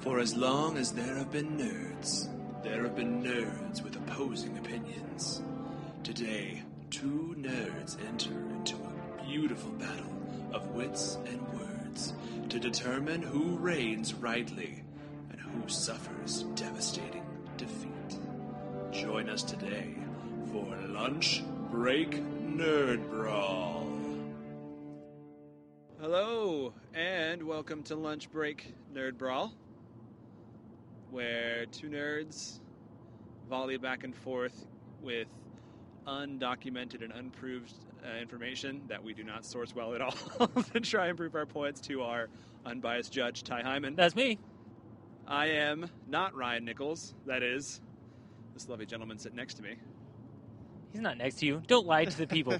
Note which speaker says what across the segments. Speaker 1: For as long as there have been nerds, there have been nerds with opposing opinions. Today, two nerds enter into a beautiful battle of wits and words to determine who reigns rightly and who suffers devastating defeat. Join us today for Lunch Break Nerd Brawl. Hello, and welcome to Lunch Break Nerd Brawl, where two nerds volley back and forth with undocumented and unproved uh, information that we do not source well at all to try and prove our points to our unbiased judge, Ty Hyman.
Speaker 2: That's me.
Speaker 1: I am not Ryan Nichols. That is, this lovely gentleman sitting next to me.
Speaker 2: He's not next to you. Don't lie to the people.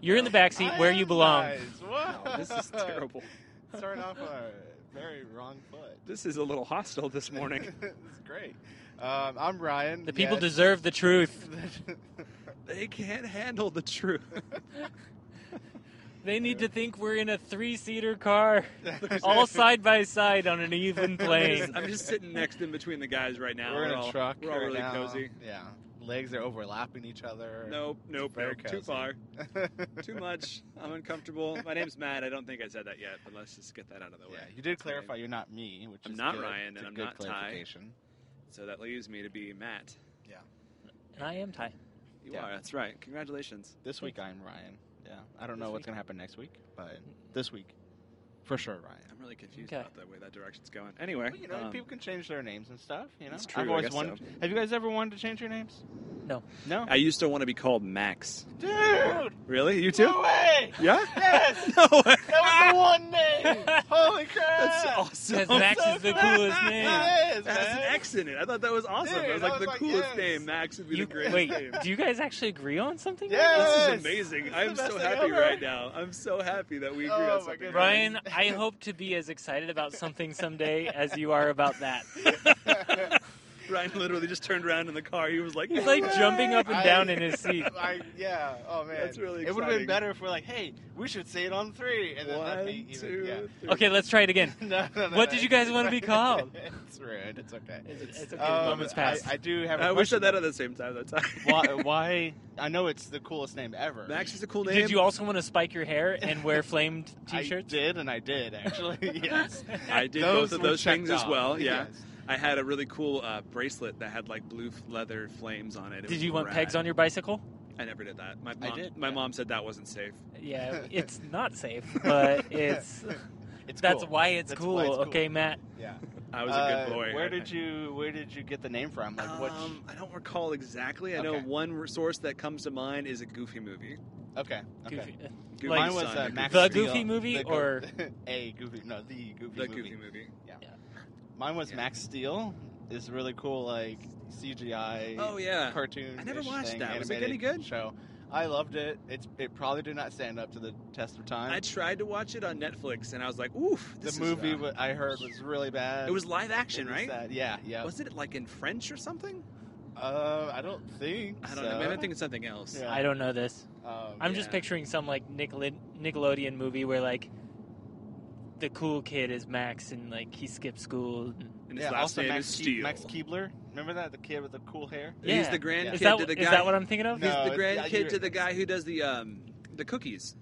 Speaker 2: You're in the back seat where you belong.
Speaker 3: Nice. What?
Speaker 1: Oh, This is terrible.
Speaker 3: Starting off on a very wrong foot.
Speaker 1: This is a little hostile this morning.
Speaker 3: this is great. Um, I'm Ryan.
Speaker 2: The people
Speaker 3: yes.
Speaker 2: deserve the truth.
Speaker 1: they can't handle the truth.
Speaker 2: They need to think we're in a three-seater car, all side by side on an even plane.
Speaker 1: I'm just sitting next in between the guys right now.
Speaker 3: We're in
Speaker 1: all,
Speaker 3: a truck.
Speaker 1: We're all
Speaker 3: right
Speaker 1: really
Speaker 3: now.
Speaker 1: cozy.
Speaker 3: Yeah. Legs are overlapping each other.
Speaker 1: Nope, nope,
Speaker 3: Very
Speaker 1: nope. Too
Speaker 3: cozy.
Speaker 1: far. Too much. I'm uncomfortable. My name's Matt. I don't think I said that yet, but let's just get that out of the way.
Speaker 3: Yeah, you did
Speaker 1: That's my name.
Speaker 3: clarify you're not me, which
Speaker 1: I'm
Speaker 3: is
Speaker 1: not
Speaker 3: good.
Speaker 1: Ryan,
Speaker 3: It's
Speaker 1: and
Speaker 3: a
Speaker 1: I'm
Speaker 3: good
Speaker 1: not Ty.
Speaker 3: clarification.
Speaker 1: So that leaves me to be Matt.
Speaker 2: And I am Ty.
Speaker 1: You
Speaker 3: Yeah.
Speaker 1: are. That's right. Congratulations.
Speaker 3: This week I'm Ryan. Yeah, I don't
Speaker 2: This
Speaker 3: know what's
Speaker 2: week?
Speaker 3: gonna happen next week, but this week, for sure, Ryan.
Speaker 1: I'm really confused
Speaker 2: Okay.
Speaker 1: about the way that direction's going. Anyway,
Speaker 3: Well, you know,
Speaker 1: um,
Speaker 3: people can change their names and stuff. You know,
Speaker 1: it's true,
Speaker 3: I've
Speaker 1: I
Speaker 3: always
Speaker 1: guess Uh,
Speaker 3: wanted. Have you guys ever wanted to change your names?
Speaker 2: No.
Speaker 3: No.
Speaker 1: I used to want to be called Max.
Speaker 3: Dude,
Speaker 1: Really? You
Speaker 3: no
Speaker 1: too?
Speaker 3: way!
Speaker 1: Yeah?
Speaker 3: Yes,
Speaker 1: no way.
Speaker 3: that was the one name. Holy crap!
Speaker 1: That's awesome.
Speaker 2: Because Max is the coolest name.
Speaker 3: Yes,
Speaker 1: That has an
Speaker 3: man.
Speaker 1: X in it. I thought that was awesome.
Speaker 3: Dude,
Speaker 1: I was
Speaker 3: I
Speaker 1: like,
Speaker 3: was
Speaker 1: the
Speaker 3: like,
Speaker 1: coolest
Speaker 3: yes.
Speaker 1: name. Max would be
Speaker 2: You,
Speaker 1: the greatest
Speaker 2: wait,
Speaker 1: name.
Speaker 2: do you guys actually agree on something? like
Speaker 3: Yes.
Speaker 1: This
Speaker 3: Yes.
Speaker 1: is amazing.
Speaker 3: This is
Speaker 1: I'm
Speaker 3: the
Speaker 1: so
Speaker 3: best thing
Speaker 1: happy
Speaker 3: ever.
Speaker 1: right now. I'm so happy that we agree
Speaker 3: Oh,
Speaker 1: on
Speaker 3: my
Speaker 1: something.
Speaker 3: goodness.
Speaker 2: this? Ryan, I hope to be as excited about something someday as you are about that.
Speaker 1: Ryan literally just turned around in the car. He was like,
Speaker 2: He's like jumping up and down in his seat.
Speaker 3: I, yeah. Oh man,
Speaker 1: That's really
Speaker 3: It would have
Speaker 1: exciting.
Speaker 3: been better if we're like, hey, we should say it on three, and then that'd
Speaker 1: one,
Speaker 3: be even.
Speaker 1: two,
Speaker 3: yeah.
Speaker 1: three.
Speaker 2: Okay, let's try it again.
Speaker 3: No, no, no,
Speaker 2: What
Speaker 3: no.
Speaker 2: did you guys wanna be called?
Speaker 3: it's rude. It's okay.
Speaker 2: It's, it's okay. the
Speaker 3: Um,
Speaker 2: moment's passed.
Speaker 3: I, I do have. a
Speaker 1: I wish I
Speaker 3: question,
Speaker 1: said that at the same time. That time.
Speaker 3: though. why, why? I know it's the coolest name ever.
Speaker 1: Max is a cool name.
Speaker 2: Did you also want to spike your hair and wear flamed
Speaker 3: I
Speaker 2: t-shirts?
Speaker 3: did, and I did actually. yes.
Speaker 1: I did
Speaker 3: Those
Speaker 1: both of
Speaker 3: were
Speaker 1: those
Speaker 3: checked
Speaker 1: things as
Speaker 3: off.
Speaker 1: well. Yeah,
Speaker 3: Yes.
Speaker 1: I had a really cool uh, bracelet that had like blue f- leather flames on it. It
Speaker 2: Did
Speaker 1: was
Speaker 2: you want
Speaker 1: rad.
Speaker 2: pegs on your bicycle?
Speaker 1: I never did that. My
Speaker 3: I
Speaker 1: mom,
Speaker 3: did,
Speaker 1: my
Speaker 3: yeah.
Speaker 1: mom said that wasn't safe.
Speaker 2: Yeah, it's not safe, but it's
Speaker 3: It's
Speaker 2: that's
Speaker 3: cool.
Speaker 2: why it's
Speaker 3: That's
Speaker 2: cool.
Speaker 3: why it's cool.
Speaker 2: Okay, Matt.
Speaker 3: Yeah.
Speaker 1: I was a
Speaker 3: Uh,
Speaker 1: good boy.
Speaker 3: Where did you Where did you get the name from? Like what?
Speaker 1: Um, I don't recall exactly. I know
Speaker 3: Okay.
Speaker 1: one resource that comes to mind is a Goofy movie.
Speaker 3: Okay. Okay.
Speaker 2: Goofy.
Speaker 1: Goofy
Speaker 2: Like-
Speaker 3: Mine was
Speaker 1: Son,
Speaker 3: uh,
Speaker 1: the
Speaker 3: Max
Speaker 2: The
Speaker 3: Steel.
Speaker 2: Goofy movie
Speaker 3: The Go-
Speaker 2: or-
Speaker 3: a Goofy? No, the Goofy
Speaker 1: the
Speaker 3: movie.
Speaker 1: Goofy movie.
Speaker 3: Mine was
Speaker 1: Yeah.
Speaker 3: Max Steel. This really cool like CGI
Speaker 1: Oh yeah.
Speaker 3: cartoon.
Speaker 1: I never watched
Speaker 3: thing,
Speaker 1: that. Was it
Speaker 3: animated
Speaker 1: any good?
Speaker 3: Show. I loved it. It's it probably did not stand up to the test of time.
Speaker 1: I tried to watch it on Netflix and I was like, oof.
Speaker 3: the
Speaker 1: This
Speaker 3: movie
Speaker 1: Is, uh,
Speaker 3: wa- I heard was really bad.
Speaker 1: it was live action,
Speaker 3: It was
Speaker 1: right?
Speaker 3: sad. Yeah, yeah.
Speaker 1: Wasn't it like in French or something?
Speaker 3: Uh, I don't think.
Speaker 1: I don't
Speaker 3: so.
Speaker 1: know. Maybe I'm thinking something else.
Speaker 3: Yeah.
Speaker 2: I don't know this.
Speaker 3: Um,
Speaker 2: I'm
Speaker 1: Yeah.
Speaker 2: just picturing some like Nickel- Nickelodeon movie where like the cool kid is Max and like he skips school.
Speaker 1: And his
Speaker 3: yeah,
Speaker 1: last
Speaker 3: also
Speaker 1: name
Speaker 3: Max
Speaker 1: is
Speaker 3: Ke-
Speaker 1: Steel.
Speaker 3: Max Keebler. Remember that the kid with the cool hair?
Speaker 2: Yeah.
Speaker 1: He's the grand
Speaker 3: Yeah.
Speaker 1: kid
Speaker 2: Is that
Speaker 1: to the
Speaker 2: is
Speaker 1: guy.
Speaker 2: that what I'm thinking of?
Speaker 3: No.
Speaker 1: He's the
Speaker 3: it's-
Speaker 1: grand
Speaker 3: yeah,
Speaker 1: kid
Speaker 3: you're-
Speaker 1: to the guy who does the um the cookies.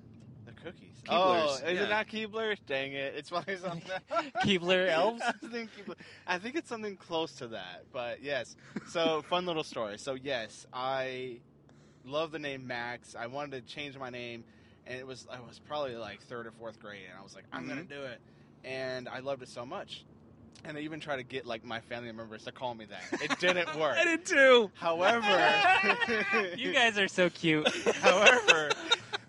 Speaker 3: The cookies.
Speaker 1: Keeblers,
Speaker 3: Oh, is
Speaker 1: yeah.
Speaker 3: it not Keebler? Dang it! It's probably something.
Speaker 2: Keebler elves.
Speaker 3: I think, Keebler- I think it's something close to that, but yes. So fun little story. So yes, I love the name Max. I wanted to change my name, and it was I was probably like third or fourth grade, and I was like, I'm gonna do it, and I loved it so much, and I even tried to get like my family members to call me that. It didn't work.
Speaker 1: I did too.
Speaker 3: However,
Speaker 2: you guys are so cute.
Speaker 3: However,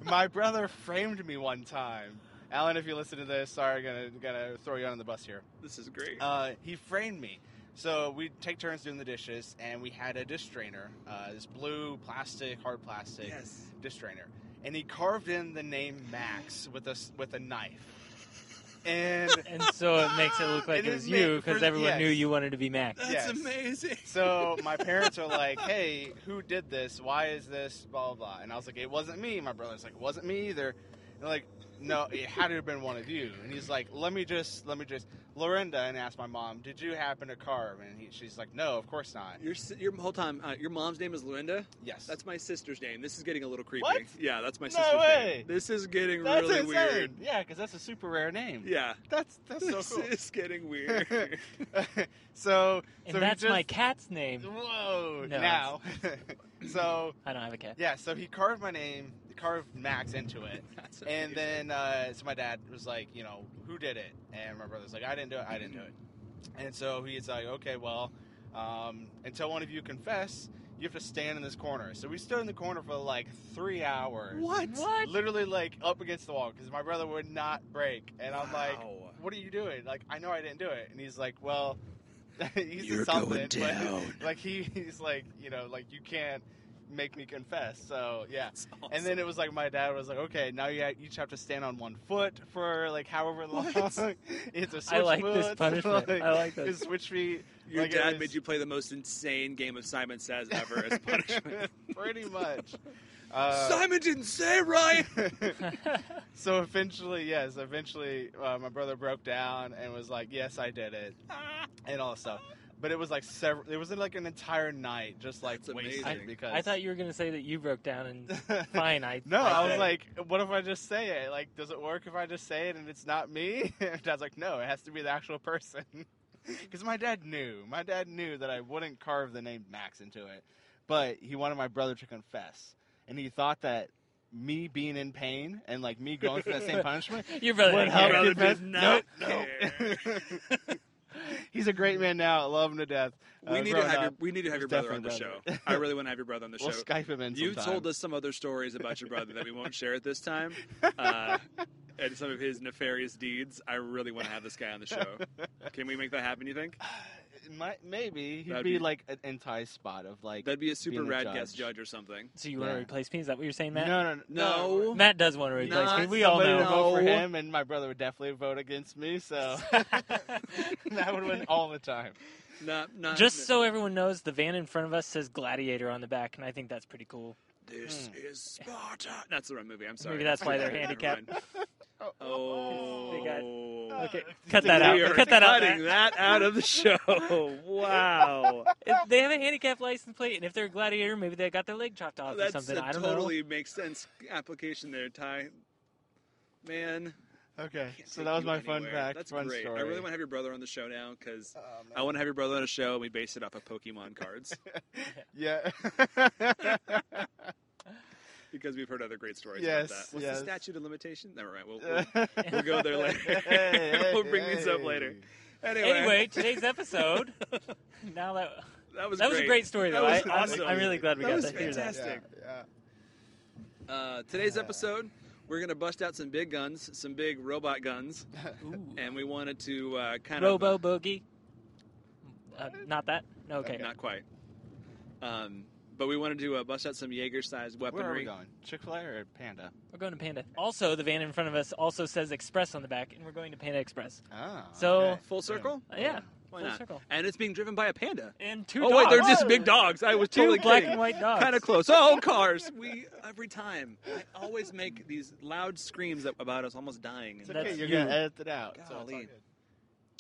Speaker 3: my brother framed me one time. Alan, if you listen to this, sorry, gonna gonna throw you on the bus here.
Speaker 1: This is great.
Speaker 3: Uh, he framed me. So we take turns doing the dishes, and we had a dish strainer, uh, this blue plastic, hard plastic
Speaker 1: yes.
Speaker 3: dish strainer, and he carved in the name Max with a s- with a knife, and
Speaker 2: And so it makes it look like
Speaker 3: It
Speaker 2: it,
Speaker 3: is
Speaker 2: was you
Speaker 3: meant for-
Speaker 2: because everyone
Speaker 3: yes.
Speaker 2: knew you wanted to be Max.
Speaker 1: That's
Speaker 3: Yes.
Speaker 1: amazing.
Speaker 3: So my parents are like, "Hey, who did this? Why is this?" Blah blah. blah. And I was like, "It wasn't me." My brother's like, "It wasn't me either." And like, no, it had to have been one of you. And he's like, let me just, let me just, Lorinda, and asked my mom, did you happen to carve? And he, she's like, no, of course not.
Speaker 4: Your s- your whole time. Uh, your mom's name is Lorinda.
Speaker 3: Yes.
Speaker 4: That's my sister's name. This is getting a little creepy.
Speaker 3: What?
Speaker 4: Yeah, that's my
Speaker 3: No
Speaker 4: sister's
Speaker 3: way.
Speaker 4: name. This is getting
Speaker 3: that's
Speaker 4: really
Speaker 3: insane.
Speaker 4: weird.
Speaker 3: Yeah, because that's a super rare name.
Speaker 4: Yeah.
Speaker 3: That's, that's
Speaker 4: this
Speaker 3: so cool.
Speaker 4: is getting weird.
Speaker 3: so,
Speaker 2: And
Speaker 3: so he
Speaker 2: that's
Speaker 3: just,
Speaker 2: my cat's name.
Speaker 3: Whoa!
Speaker 2: No,
Speaker 3: now, so
Speaker 2: I don't have a cat.
Speaker 3: yeah, so he carved my name, carved Max into it,
Speaker 4: That's
Speaker 3: and
Speaker 4: amazing.
Speaker 3: then uh, so my dad was like, you know, who did it? And my brother's like, I didn't do it. I didn't do it. And so he's like, okay, well, um, until one of you confess, you have to stand in this corner. So we stood in the corner for like three hours.
Speaker 4: what?
Speaker 2: What?
Speaker 3: Literally, like up against the wall because my brother would not break, and I'm like,
Speaker 4: Wow.
Speaker 3: "What are you doing?" Like, I know I didn't do it, and he's like, "Well, he's
Speaker 1: You're
Speaker 3: something,
Speaker 1: going
Speaker 3: but-
Speaker 1: down.
Speaker 3: like he, he's like, you know, like you can't make me confess. So yeah.
Speaker 4: That's awesome.
Speaker 3: And then it was like my dad was like, okay, now you ha- each have to stand on one foot for like however long.
Speaker 4: What?
Speaker 3: it's a switch
Speaker 2: I like
Speaker 3: moves,
Speaker 2: this punishment.
Speaker 3: Like,
Speaker 2: I like this.
Speaker 3: it's switch feet.
Speaker 4: your
Speaker 3: like, it
Speaker 4: dad
Speaker 3: was-
Speaker 4: made you play the most insane game of Simon Says ever as punishment.
Speaker 3: Pretty much. Uh,
Speaker 4: Simon didn't say right.
Speaker 3: so eventually, yes, eventually uh, my brother broke down and was like, yes, I did it, and all that stuff. But it was like several. It was like an entire night, just like
Speaker 4: That's
Speaker 3: wasted
Speaker 4: amazing.
Speaker 3: because
Speaker 2: I thought you were gonna say that you broke down, and fine, I.
Speaker 3: No, I was
Speaker 2: did.
Speaker 3: like, what if I just say it? Like, does it work if I just say it and it's not me? And Dad's like, no, it has to be the actual person. Because my dad knew. My dad knew that I wouldn't carve the name Max into it. But he wanted my brother to confess. And he thought that me being in pain and like me going through that same punishment
Speaker 2: your brother.
Speaker 3: would
Speaker 2: didn't
Speaker 3: help
Speaker 2: care.
Speaker 4: brother
Speaker 3: confess.
Speaker 4: does not
Speaker 3: Nope, nope. He's a great man now. I love him to death.
Speaker 4: We need to have your we need to have your
Speaker 3: Uh, He's
Speaker 4: brother on the
Speaker 3: definitely
Speaker 4: show. I really want to have your brother on the
Speaker 3: We'll
Speaker 4: show.
Speaker 3: Skype him in.
Speaker 4: You
Speaker 3: sometime.
Speaker 4: told us some other stories about your brother that we won't share at this time, uh, and some of his nefarious deeds. I really want to have this guy on the show. Can we make that happen? You think
Speaker 3: It might, maybe he'd
Speaker 4: That'd
Speaker 3: be,
Speaker 4: be-
Speaker 3: like an entire spot of like.
Speaker 4: that'd be a super
Speaker 3: Being a
Speaker 4: rad
Speaker 3: judge.
Speaker 4: guest judge or something?
Speaker 2: So you want to
Speaker 3: Yeah.
Speaker 2: replace me? Is that what you're saying,
Speaker 3: no,
Speaker 2: Matt?
Speaker 3: no,
Speaker 4: No.
Speaker 2: Matt does want to replace
Speaker 4: Not
Speaker 2: me. We all
Speaker 3: Somebody would
Speaker 2: know.
Speaker 3: vote for
Speaker 4: No.
Speaker 3: him, and my brother would definitely vote against me. So that would win all the time.
Speaker 4: Not, not
Speaker 2: Just so everyone knows, the van in front of us says Gladiator on the back, and I think that's pretty cool.
Speaker 4: This
Speaker 3: Hmm.
Speaker 4: is Sparta. That's the wrong movie. I'm sorry.
Speaker 2: Maybe that's why they're
Speaker 4: Never
Speaker 2: handicapped.
Speaker 4: mind.
Speaker 2: oh,
Speaker 4: Oh,
Speaker 2: They
Speaker 3: Oh.
Speaker 2: Okay,
Speaker 3: Uh,
Speaker 2: cut that out.
Speaker 4: We are
Speaker 2: Cut that out.
Speaker 4: cutting
Speaker 2: Matt.
Speaker 4: that out of the show. Wow,
Speaker 2: If they have a handicap license plate, and if they're a gladiator, maybe they got their leg chopped off or
Speaker 4: that's
Speaker 2: something.
Speaker 4: a
Speaker 2: I don't
Speaker 4: totally makes sense application there, Ty. Man,
Speaker 3: Okay,
Speaker 4: can't
Speaker 3: so
Speaker 4: take
Speaker 3: that was
Speaker 4: you
Speaker 3: my fun
Speaker 4: anywhere.
Speaker 3: fact.
Speaker 4: That's
Speaker 3: fun
Speaker 4: great.
Speaker 3: story.
Speaker 4: I really want to have your brother on the show now because
Speaker 3: Oh, man.
Speaker 4: I want to have your brother on a show and we base it off of Pokemon cards
Speaker 3: Yeah.
Speaker 4: because we've heard other great stories
Speaker 3: Yes,
Speaker 4: about that. What's
Speaker 3: yes.
Speaker 4: the statute of limitation? Never mind. We'll, we'll, we'll go there later.
Speaker 3: Hey,
Speaker 4: we'll
Speaker 3: hey,
Speaker 4: bring these up
Speaker 3: hey.
Speaker 4: later.
Speaker 2: know.
Speaker 4: Anyway,
Speaker 2: Anyway, today's episode. now that
Speaker 4: that was
Speaker 2: that was a great story,
Speaker 4: That
Speaker 2: though. I,
Speaker 4: was
Speaker 2: I'm-
Speaker 4: awesome.
Speaker 2: I'm really glad we
Speaker 4: That
Speaker 2: got
Speaker 4: was
Speaker 2: to hear that.
Speaker 3: Yeah,
Speaker 4: fantastic. Fantastic.
Speaker 3: yeah.
Speaker 4: Uh, today's
Speaker 3: Yeah.
Speaker 4: episode, we're gonna bust out some big guns, some big robot guns,
Speaker 2: Ooh.
Speaker 4: and we wanted to uh, kind of
Speaker 2: Robo Boogie. Uh,
Speaker 3: What?
Speaker 2: not that. No, okay.
Speaker 4: not quite, um, but we wanted to uh, bust out some Jaeger-sized
Speaker 3: Where are we
Speaker 4: weaponry.
Speaker 3: going? Chick Fil A or Panda?
Speaker 2: We're going to Panda. Also, the van in front of us also says Express on the back, and we're going to Panda Express.
Speaker 3: Ah.
Speaker 2: So-
Speaker 3: okay.
Speaker 4: Full circle?
Speaker 2: Uh, yeah.
Speaker 4: Why
Speaker 2: full
Speaker 4: not?
Speaker 2: circle.
Speaker 4: And it's being driven by a panda.
Speaker 2: And two
Speaker 4: oh wait, they're
Speaker 2: dogs.
Speaker 4: just big dogs. I was
Speaker 2: Two
Speaker 4: totally
Speaker 2: black
Speaker 4: kidding.
Speaker 2: and white dogs.
Speaker 4: Kind of close. Oh, cars. We every time. I always make these loud screams that- about us almost dying.
Speaker 3: It's
Speaker 2: okay,
Speaker 3: okay.
Speaker 2: That's
Speaker 3: You're
Speaker 2: you.
Speaker 3: gonna edit it out. so it's all
Speaker 4: Golly.
Speaker 3: good.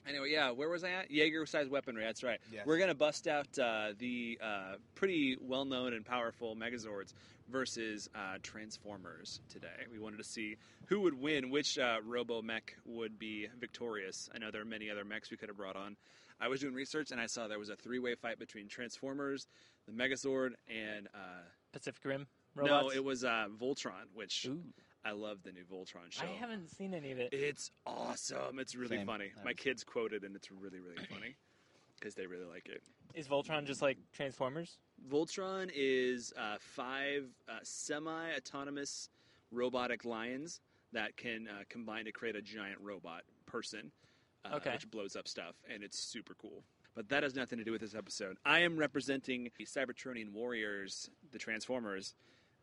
Speaker 4: Anyway, yeah, where was I at? Jaeger-sized weaponry. That's right.
Speaker 3: Yes.
Speaker 4: We're gonna bust out uh, the uh, pretty well-known and powerful Megazords versus uh, Transformers today. We wanted to see who would win, which uh, Robo Mech would be victorious. I know there are many other mechs we could have brought on. I was doing research and I saw there was a three-way fight between Transformers, the Megazord, and uh,
Speaker 2: Pacific Rim
Speaker 4: no,
Speaker 2: robots.
Speaker 4: it was uh, Voltron, which
Speaker 2: Ooh,
Speaker 4: I love the new Voltron show.
Speaker 2: I haven't seen any of it.
Speaker 4: It's awesome. It's really
Speaker 3: Same.
Speaker 4: funny.
Speaker 3: I
Speaker 4: My
Speaker 3: was-
Speaker 4: kids quoted, and it's really, really funny because they really like it.
Speaker 2: Is Voltron just like Transformers?
Speaker 4: Voltron is uh, five uh, semi-autonomous robotic lions that can uh, combine to create a giant robot person, uh,
Speaker 2: Okay.
Speaker 4: which blows up stuff, and it's super cool. But that has nothing to do with this episode. I am representing the Cybertronian warriors, the Transformers,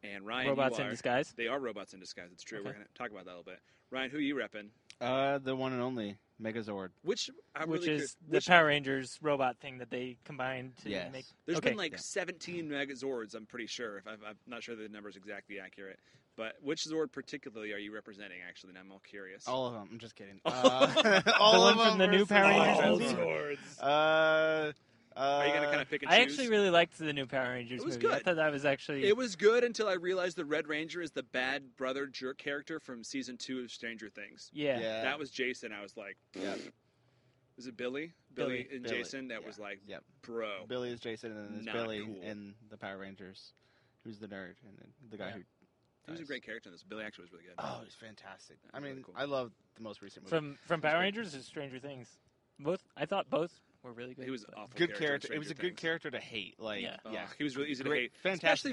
Speaker 4: and Ryan. you
Speaker 2: robots in
Speaker 4: are-
Speaker 2: disguise?
Speaker 4: They are robots in disguise. It's true.
Speaker 2: Okay.
Speaker 4: We're going to talk about that a little bit. Ryan, who you repping?
Speaker 3: Uh, the one and only Megazord.
Speaker 4: Which I'm
Speaker 2: which
Speaker 4: really
Speaker 2: is
Speaker 4: cur-
Speaker 2: the
Speaker 4: which-
Speaker 2: Power Rangers robot thing that they combined to
Speaker 3: Yes.
Speaker 2: make.
Speaker 4: There's
Speaker 2: okay.
Speaker 4: been like
Speaker 3: Yeah.
Speaker 4: 17 Megazords, I'm pretty sure. If I've, I'm not sure the number's exactly accurate, But which Zord particularly are you representing? Actually, now I'm all curious.
Speaker 3: All of them. I'm just kidding. Uh, all
Speaker 2: one
Speaker 3: of
Speaker 2: from
Speaker 3: them
Speaker 2: the new
Speaker 3: versus
Speaker 2: Power Rangers
Speaker 3: all
Speaker 4: All
Speaker 3: of
Speaker 2: movie?
Speaker 3: them.
Speaker 4: Zords.
Speaker 3: Uh, uh,
Speaker 4: are you gonna kind of pick and
Speaker 2: I
Speaker 4: choose?
Speaker 2: actually really liked the new Power Rangers
Speaker 4: It was
Speaker 2: movie. I
Speaker 4: good.
Speaker 2: thought that was actually
Speaker 4: It was good until I realized the Red Ranger is the bad brother jerk character from season two of Stranger Things.
Speaker 2: yeah.
Speaker 3: Yeah.
Speaker 4: That was Jason. I was like,
Speaker 3: Yeah.
Speaker 4: was it Billy?
Speaker 2: Billy.
Speaker 4: Billy, and
Speaker 3: Billy,
Speaker 4: Jason. That
Speaker 3: yeah,
Speaker 4: was like,
Speaker 3: yep.
Speaker 4: bro.
Speaker 3: Billy is Jason, and then there's
Speaker 4: Not
Speaker 3: Billy
Speaker 4: cool.
Speaker 3: in the Power Rangers, who's the nerd, and then the guy
Speaker 2: Yeah.
Speaker 3: who.
Speaker 4: He was a
Speaker 3: dies.
Speaker 4: great character in this. Billy actually was really good.
Speaker 3: Oh, he's fantastic.
Speaker 4: That
Speaker 3: I
Speaker 4: was
Speaker 3: mean,
Speaker 4: really cool.
Speaker 3: I love the most recent movie.
Speaker 2: From from
Speaker 3: It was
Speaker 2: Power
Speaker 3: great.
Speaker 2: Rangers to Stranger Things. Both I thought both were really good.
Speaker 4: he was an
Speaker 2: but-
Speaker 4: awful.
Speaker 3: good
Speaker 4: character. in
Speaker 3: character. It was a
Speaker 4: Stranger
Speaker 3: good
Speaker 4: Things.
Speaker 3: character to hate. Like, yeah,
Speaker 2: Yeah.
Speaker 4: Ugh, he was really easy to
Speaker 3: Great-
Speaker 4: hate.
Speaker 3: Fantastic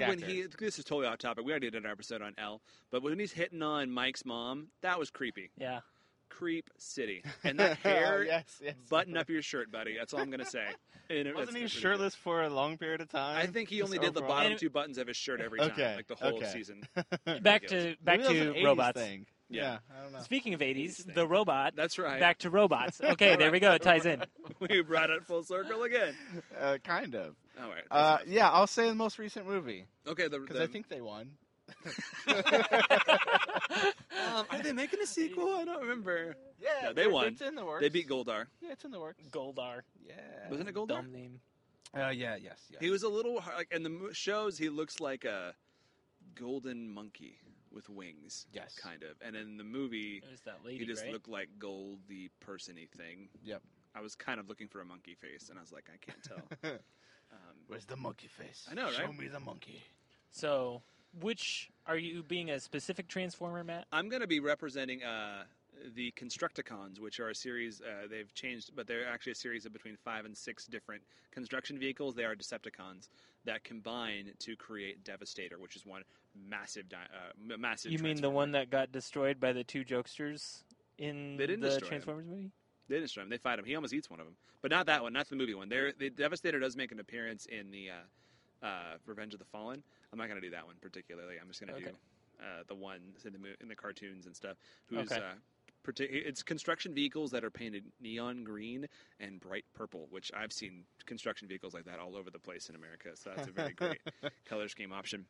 Speaker 4: Especially when
Speaker 3: actor.
Speaker 4: he. This is totally off topic. We already did an episode on L, but when he's hitting on Mike's mom, that was creepy.
Speaker 2: Yeah.
Speaker 4: Creep city. And that hair,
Speaker 3: Oh, yes, yes.
Speaker 4: button up your shirt, buddy. That's all I'm gonna say. And it- that's
Speaker 3: Wasn't he
Speaker 4: pretty good.
Speaker 3: shirtless for a long period of time?
Speaker 4: I think he
Speaker 3: Just
Speaker 4: only did the
Speaker 3: overall?
Speaker 4: bottom
Speaker 2: And-
Speaker 4: two buttons of his shirt every time,
Speaker 3: Okay,
Speaker 4: like the whole
Speaker 3: okay.
Speaker 4: season.
Speaker 2: Back to back
Speaker 3: Maybe that was an
Speaker 2: to
Speaker 3: 80s
Speaker 2: robots.
Speaker 3: Thing.
Speaker 4: Yeah.
Speaker 3: I don't know.
Speaker 2: Speaking of 80s,
Speaker 4: thing.
Speaker 2: the robot.
Speaker 4: That's right.
Speaker 2: Back to robots. Okay, there we go. It ties in.
Speaker 4: we brought it full circle again.
Speaker 3: Uh, kind of.
Speaker 4: All right.
Speaker 3: Uh, yeah, I'll say the most recent movie
Speaker 4: okay. The,
Speaker 3: because
Speaker 4: the,
Speaker 3: I think they won.
Speaker 4: um, are they making a sequel? I don't remember.
Speaker 3: Yeah,
Speaker 4: No, they
Speaker 3: they're-
Speaker 4: won.
Speaker 3: It's in the works.
Speaker 4: They beat Goldar.
Speaker 3: Yeah, it's in the works.
Speaker 2: Goldar.
Speaker 3: Yeah.
Speaker 4: Wasn't it Goldar?
Speaker 2: Dumb name.
Speaker 3: Uh, yeah. Yes. yes.
Speaker 4: He was a little hard, like in the mo- shows. He looks like a golden monkey with wings.
Speaker 3: Yes.
Speaker 4: Kind of. And in the movie,
Speaker 2: It was that lady,
Speaker 4: he just
Speaker 2: right?
Speaker 4: looked like goldy persony thing.
Speaker 3: Yep.
Speaker 4: I was kind of looking for a monkey face, and I was like, I can't tell. Um,
Speaker 3: Where's the monkey face?
Speaker 4: I know,
Speaker 3: Show
Speaker 4: right?
Speaker 3: me the monkey.
Speaker 2: So, which are you being a specific transformer, Matt?
Speaker 4: I'm going to be representing uh, the Constructicons, which are a series uh, they've changed, but they're actually a series of between five and six different construction vehicles. They are Decepticons that combine to create Devastator, which is one massive, di- uh, m- massive.
Speaker 2: You mean the
Speaker 4: transformer.
Speaker 2: one that got destroyed by the two jokesters in
Speaker 4: They didn't
Speaker 2: the
Speaker 4: destroy him.
Speaker 2: Transformers movie?
Speaker 4: They didn't destroy him. They fight him. He almost eats one of them, but not that one. Not the movie one. They're, the Devastator does make an appearance in the uh, uh, Revenge of the Fallen. I'm not going to do that one particularly. I'm just going to do
Speaker 2: Okay.
Speaker 4: uh, the one in the mo- in the cartoons and stuff. Who's
Speaker 2: Okay.
Speaker 4: uh, partic- it's construction vehicles that are painted neon green and bright purple, which I've seen construction vehicles like that all over the place in America. So that's a very great color scheme option.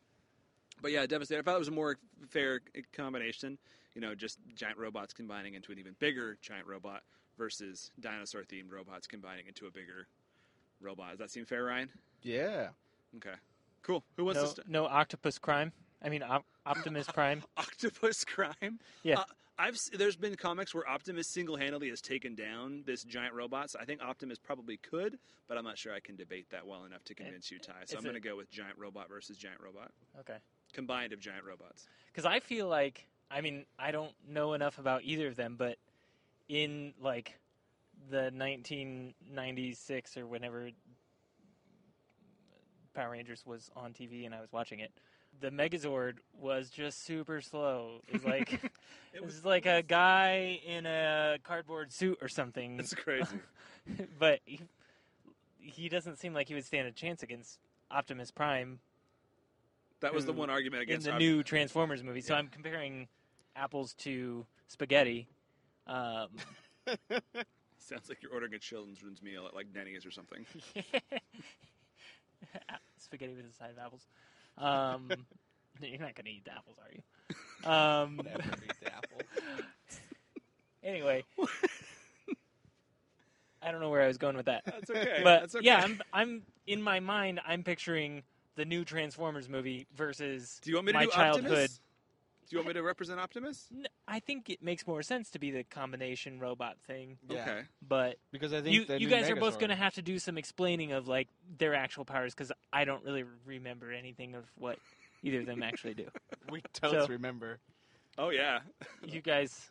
Speaker 4: But yeah, Devastator. I thought it was a more fair combination. You know, just giant robots combining into an even bigger giant robot versus dinosaur themed robots combining into a bigger robot. Does that seem fair, Ryan?
Speaker 3: Yeah.
Speaker 4: Okay. Cool. Who wants
Speaker 2: no,
Speaker 4: to st-
Speaker 2: no octopus crime. I mean, op- Optimus Prime.
Speaker 4: Octopus Crime?
Speaker 2: Yeah.
Speaker 4: Uh, I've s- there's been comics where Optimus single-handedly has taken down this giant robot. So I think Optimus probably could, but I'm not sure I can debate that well enough to convince you, Ty.
Speaker 2: Eh, is
Speaker 4: So I'm
Speaker 2: it-
Speaker 4: going to go with giant robot versus giant robot,
Speaker 2: Okay.
Speaker 4: combined of giant robots.
Speaker 2: Because I feel like, I mean, I don't know enough about either of them, but in like the 1996 or whenever Power Rangers was on TV and I was watching it, the Megazord was just super slow. It's like it was like a guy in a cardboard suit or something,
Speaker 4: It's crazy.
Speaker 2: but he, he doesn't seem like he would stand a chance against Optimus Prime
Speaker 4: That was the
Speaker 2: Who-
Speaker 4: one argument
Speaker 2: Mm. in
Speaker 4: against
Speaker 2: the
Speaker 4: Opti-
Speaker 2: new Transformers movie. So
Speaker 4: Yeah.
Speaker 2: I'm comparing apples to spaghetti. Um,
Speaker 4: Sounds like you're ordering a children's meal at like Denny's or something.
Speaker 2: spaghetti with a side of apples. Um, you're not going to eat the apples, are you? Um,
Speaker 3: Never eat the apple.
Speaker 2: anyway, I don't know where I was going with that.
Speaker 4: That's okay.
Speaker 2: But
Speaker 4: That's okay.
Speaker 2: yeah, I'm, I'm in my mind. I'm picturing the new Transformers movie versus
Speaker 4: do you want me to
Speaker 2: my
Speaker 4: do
Speaker 2: childhood.
Speaker 4: Optimus? Do you want me to represent Optimus?
Speaker 2: N- I think it makes more sense to be the combination robot thing,
Speaker 3: Yeah.
Speaker 4: Okay.
Speaker 2: but
Speaker 3: Because I think
Speaker 2: you,
Speaker 3: the
Speaker 2: you
Speaker 3: new
Speaker 2: guys are both
Speaker 3: Megazord-
Speaker 2: going to have to do some explaining of like their actual powers because I don't really remember anything of what either of them actually do.
Speaker 3: We don't
Speaker 2: So-
Speaker 3: remember.
Speaker 4: Oh yeah.
Speaker 2: You guys,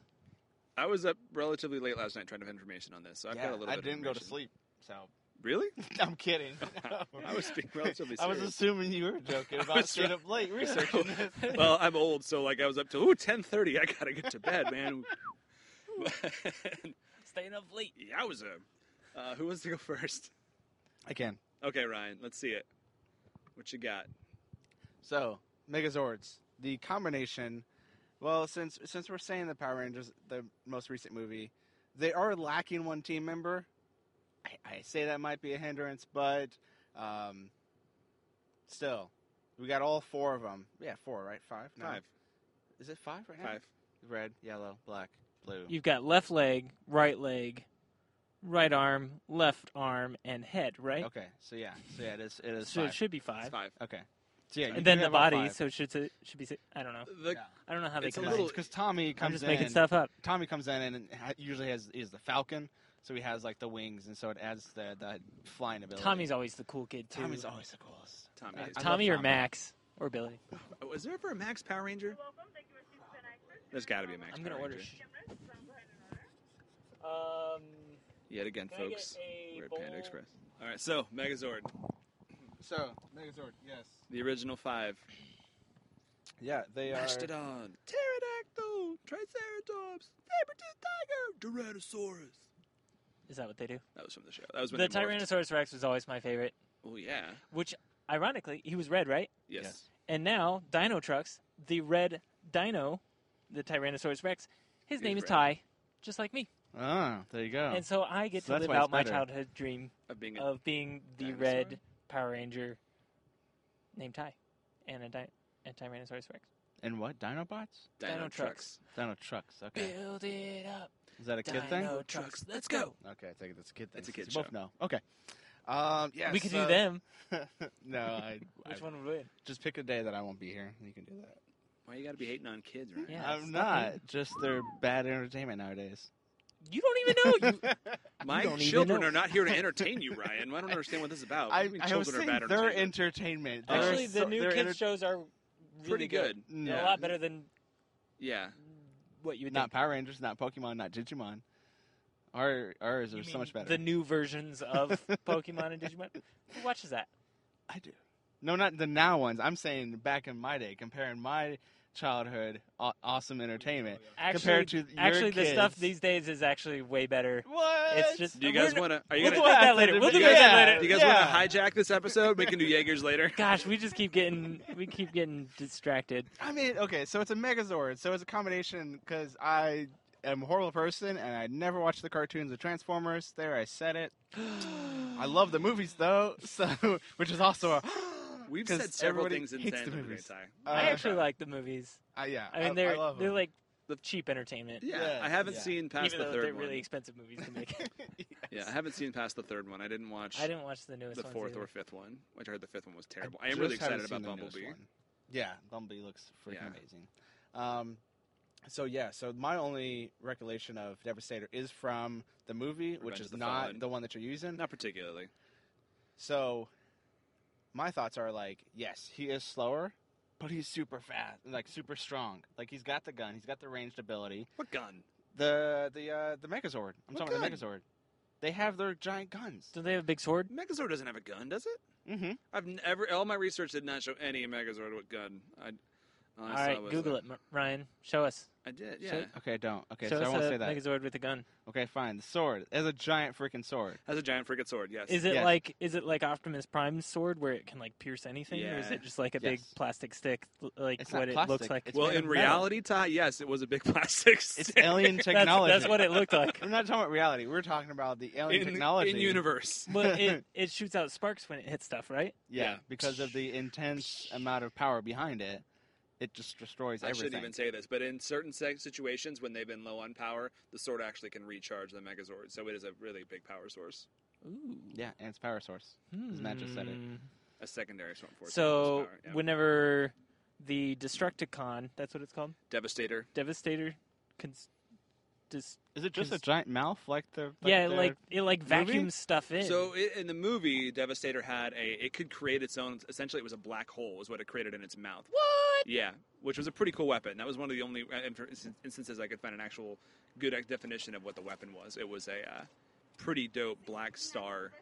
Speaker 4: I was up relatively late last night trying to have information on this, so I've
Speaker 3: yeah,
Speaker 4: got a little
Speaker 3: I
Speaker 4: bit of
Speaker 3: didn't go to
Speaker 4: information.
Speaker 3: sleep, so
Speaker 4: Really?
Speaker 3: I'm kidding.
Speaker 4: I was being relatively
Speaker 3: I was
Speaker 4: serious.
Speaker 3: assuming you were joking about
Speaker 4: was
Speaker 3: staying
Speaker 4: try-
Speaker 3: up late researching this.
Speaker 4: well, I'm old, so like I was up till ooh ten thirty. I gotta get to bed, man.
Speaker 2: staying up late.
Speaker 4: Yowza! Uh, who wants to go first?
Speaker 3: I can.
Speaker 4: Okay, Ryan, let's see it. What you got?
Speaker 3: So Megazords, the combination. Well, since since we're saying the Power Rangers, the most recent movie, they are lacking one team member. I, I say that might be a hindrance, but um, still, we got all four of them. Yeah, four, right? Five. No.
Speaker 4: Five.
Speaker 3: Is it five right now?
Speaker 4: Five.
Speaker 3: Red, yellow, black, blue.
Speaker 2: You've got left leg, right leg, right arm, left arm, and head. Right.
Speaker 3: Okay, so yeah, so yeah, it is. It is
Speaker 2: So
Speaker 3: five.
Speaker 2: it should be
Speaker 4: It's
Speaker 2: five.
Speaker 4: five.
Speaker 3: Okay, so yeah, you
Speaker 2: And then
Speaker 3: do
Speaker 2: the
Speaker 3: have all
Speaker 2: body.
Speaker 3: five.
Speaker 2: So it should it should be. si- I don't know.
Speaker 4: The,
Speaker 3: Yeah.
Speaker 2: I don't know how they
Speaker 4: It's a
Speaker 2: combine.
Speaker 4: little-
Speaker 3: because Tommy comes
Speaker 2: I'm just
Speaker 3: in.
Speaker 2: making stuff up.
Speaker 3: Tommy comes in and ha- usually has is the Falcon, so he has like the wings, and so it adds the the flying ability.
Speaker 2: Tommy's always the cool kid too.
Speaker 3: Tommy's always the coolest.
Speaker 4: Tommy.
Speaker 2: Uh,
Speaker 3: I-
Speaker 4: is-
Speaker 3: I love
Speaker 2: Tommy or
Speaker 3: Tommy.
Speaker 2: Max or Billy.
Speaker 4: was there ever a Max Power Ranger? There's got to be a Max.
Speaker 2: I'm gonna
Speaker 4: Power
Speaker 2: order.
Speaker 4: Ranger.
Speaker 2: sh- Um,
Speaker 4: Yet again,
Speaker 2: Can I get
Speaker 4: folks.
Speaker 2: a
Speaker 4: We're at
Speaker 2: bowl?
Speaker 4: Panda Express. All right, so Megazord,
Speaker 3: So Megazord, yes,
Speaker 4: the original five.
Speaker 3: yeah, they are.
Speaker 4: Mastodon, Pterodactyl, Triceratops, saber-toothed tiger, Tyrannosaurus.
Speaker 2: is that what they do?
Speaker 4: That was from the show. That was when
Speaker 2: The
Speaker 4: they morphed.
Speaker 2: Tyrannosaurus Rex was always my favorite.
Speaker 4: Oh yeah.
Speaker 2: Which, ironically, he was red, right?
Speaker 4: Yes.
Speaker 3: Yes.
Speaker 2: And now Dino Trucks, the red Dino, the Tyrannosaurus Rex, his
Speaker 4: He's
Speaker 2: name is
Speaker 4: red.
Speaker 2: Ty, just like me.
Speaker 3: Ah, there you go.
Speaker 2: And so I get
Speaker 3: So
Speaker 2: to live
Speaker 3: that's why it's
Speaker 2: out my
Speaker 3: better.
Speaker 2: childhood dream
Speaker 4: Of being a,
Speaker 2: of being the
Speaker 4: dinosaur?
Speaker 2: red Power Ranger named Ty and a, di- a Tyrannosaurus Rex.
Speaker 3: and what Dinobots?
Speaker 4: Dino,
Speaker 2: Dino
Speaker 4: Trucks.
Speaker 3: Dino trucks. Okay,
Speaker 2: Build it up,
Speaker 3: is that a kid
Speaker 2: Dino
Speaker 3: thing?
Speaker 2: Trucks. Let's go.
Speaker 3: Okay, I think that's a kid thing.
Speaker 4: It's a
Speaker 3: since
Speaker 4: kid
Speaker 3: you
Speaker 4: show.
Speaker 3: Both know. Okay. Um, yeah,
Speaker 2: we could
Speaker 3: so-
Speaker 2: do them.
Speaker 3: no, I, I
Speaker 2: Which one would win?
Speaker 3: just pick a day that I won't be here. and You can do that.
Speaker 4: Why you got to be hating on kids, right?
Speaker 2: Yeah.
Speaker 3: I'm
Speaker 2: stop
Speaker 3: not. Just they're bad entertainment nowadays.
Speaker 2: You don't even know. Oh, You,
Speaker 4: My
Speaker 2: don't even
Speaker 4: children
Speaker 2: know.
Speaker 4: are not here to entertain you, Ryan. I don't understand what this is about. What do
Speaker 3: I,
Speaker 4: you mean
Speaker 3: I was
Speaker 4: children are
Speaker 3: saying
Speaker 4: bad
Speaker 3: they're
Speaker 4: entertainment?
Speaker 3: entertainment. They're
Speaker 2: actually,
Speaker 3: so-
Speaker 2: the new
Speaker 3: they're
Speaker 2: kids
Speaker 3: enter-
Speaker 2: shows are really
Speaker 4: pretty good.
Speaker 2: They're A
Speaker 3: No.
Speaker 2: lot better than
Speaker 4: Yeah.
Speaker 2: what you would
Speaker 3: Not Power Rangers, not Pokemon, not Digimon. Our ours
Speaker 2: think. You
Speaker 3: are so
Speaker 2: mean
Speaker 3: much better.
Speaker 2: The new versions of Pokemon and Digimon. Who watches that?
Speaker 3: I do. No, not the now ones. I'm saying back in my day, comparing my childhood aw- awesome entertainment
Speaker 2: Oh, Actually,
Speaker 3: compared to your
Speaker 2: actually the stuff
Speaker 3: kids.
Speaker 2: these days is actually way better.
Speaker 3: What?
Speaker 2: It's just
Speaker 4: Do you
Speaker 2: We're
Speaker 4: guys
Speaker 2: not-
Speaker 4: want to? Are you
Speaker 2: We'll
Speaker 4: gonna?
Speaker 2: do that
Speaker 3: Yeah,
Speaker 2: later.
Speaker 3: the-
Speaker 2: We'll do that
Speaker 3: yeah.
Speaker 2: later.
Speaker 4: Do you guys
Speaker 3: Yeah.
Speaker 4: want to hijack this episode? We can do Jaegers later.
Speaker 2: Gosh, we just keep getting we keep getting distracted.
Speaker 3: I mean, okay, so it's a Megazord. So it's a combination because I am a horrible person and I never watched the cartoons of Transformers. There, I said it. I love the movies though, so which is also a.
Speaker 4: We've
Speaker 3: 'cause
Speaker 4: said several
Speaker 3: everybody
Speaker 4: things in
Speaker 3: hates
Speaker 4: saying
Speaker 3: the
Speaker 4: that we're gonna
Speaker 3: movies.
Speaker 4: tie.
Speaker 3: Uh,
Speaker 2: I actually like the movies.
Speaker 3: I- yeah,
Speaker 2: I mean, they're
Speaker 3: love
Speaker 2: they're
Speaker 3: 'em.
Speaker 2: like the cheap entertainment.
Speaker 4: Yeah,
Speaker 3: Yeah,
Speaker 4: I haven't
Speaker 3: yeah.
Speaker 4: seen past
Speaker 2: Even
Speaker 4: the
Speaker 2: though
Speaker 4: third
Speaker 2: they're
Speaker 4: one.
Speaker 2: really expensive movies to make.
Speaker 4: Yeah, I haven't seen past the third one. I didn't watch
Speaker 2: I didn't watch the newest
Speaker 4: the
Speaker 2: ones
Speaker 4: fourth
Speaker 2: either.
Speaker 4: or fifth one, which I heard the fifth one was
Speaker 3: I
Speaker 4: terrible. I am
Speaker 3: just
Speaker 4: really
Speaker 3: haven't
Speaker 4: excited
Speaker 3: seen
Speaker 4: about
Speaker 3: the newest
Speaker 4: Bumblebee.
Speaker 3: one. Yeah, Bumblebee looks freaking
Speaker 4: Yeah.
Speaker 3: amazing. Um, so yeah, so my only recollection of Devastator is from the movie,
Speaker 4: Revenge
Speaker 3: which
Speaker 4: of
Speaker 3: is
Speaker 4: the
Speaker 3: not
Speaker 4: Fallen.
Speaker 3: the one that you're using.
Speaker 4: Not particularly.
Speaker 3: So my thoughts are like, yes, he is slower, but he's super fast, like super strong. Like he's got the gun, he's got the ranged ability.
Speaker 4: What gun?
Speaker 3: The the uh the Megazord. I'm
Speaker 4: What
Speaker 3: talking about the
Speaker 4: gun?
Speaker 3: Megazord. They have their giant guns.
Speaker 2: Do they have a big sword?
Speaker 4: Megazord doesn't have a gun, does it?
Speaker 3: Mm-hmm.
Speaker 4: I've never. All my research did not show any Megazord with gun. I, all I
Speaker 2: All
Speaker 4: saw
Speaker 2: right,
Speaker 4: was
Speaker 2: Google
Speaker 4: a-
Speaker 2: it, M- Ryan. Show us.
Speaker 4: I did. Yeah.
Speaker 2: Show-
Speaker 3: Okay, don't. Okay,
Speaker 2: Show
Speaker 3: so I
Speaker 2: us
Speaker 3: won't
Speaker 2: a
Speaker 3: say that.
Speaker 2: Megazord with a gun.
Speaker 3: Okay, fine. The sword. It has a giant freaking sword.
Speaker 4: Has a giant frigate sword. Yes.
Speaker 2: Is it
Speaker 3: Yes.
Speaker 2: like is it like Optimus Prime's sword where it can like pierce anything, or is
Speaker 4: Yeah.
Speaker 2: it just like a big
Speaker 3: Yes.
Speaker 2: plastic stick, l- like
Speaker 3: It's not
Speaker 2: what it looks
Speaker 3: plastic,
Speaker 2: like?
Speaker 3: it's
Speaker 4: well,
Speaker 3: made
Speaker 4: in
Speaker 3: of metal.
Speaker 4: reality, Ty, yes, it was a big plastic.
Speaker 3: It's
Speaker 4: stick.
Speaker 3: alien
Speaker 2: That's-
Speaker 3: technology.
Speaker 2: That's, what it looked like.
Speaker 3: I'm not talking about reality. We're talking about the alien
Speaker 4: in,
Speaker 3: technology.
Speaker 4: in universe.
Speaker 2: But it it shoots out sparks when it hits stuff, right?
Speaker 3: yeah,
Speaker 4: Yeah.
Speaker 3: because of the intense amount of power behind it, it just destroys
Speaker 4: I
Speaker 3: everything.
Speaker 4: shouldn't even say this, but in certain se- situations when they've been low on power, the sword actually can recharge the Megazord, so it is a really big power source,
Speaker 2: Ooh.
Speaker 3: Yeah, and it's power source. As Matt just said it.
Speaker 2: Hmm.
Speaker 4: a secondary source. source
Speaker 2: So
Speaker 4: of power, yeah.
Speaker 2: whenever the Destructicon, that's what it's called,
Speaker 4: Devastator.
Speaker 2: Devastator, cons- dis-
Speaker 3: Is it just a
Speaker 2: Cons-
Speaker 3: giant mouth like the? Like
Speaker 2: yeah, it
Speaker 3: the-
Speaker 2: like it like vacuums stuff in.
Speaker 4: So i in the movie, Devastator had a it could create its own. Essentially, it was a black hole, is what it created in its mouth.
Speaker 2: what?
Speaker 4: Yeah, which was a pretty cool weapon. That was one of the only uh, inter- inst- instances I could find an actual good uh, definition of what the weapon was. It was a uh, pretty dope black star,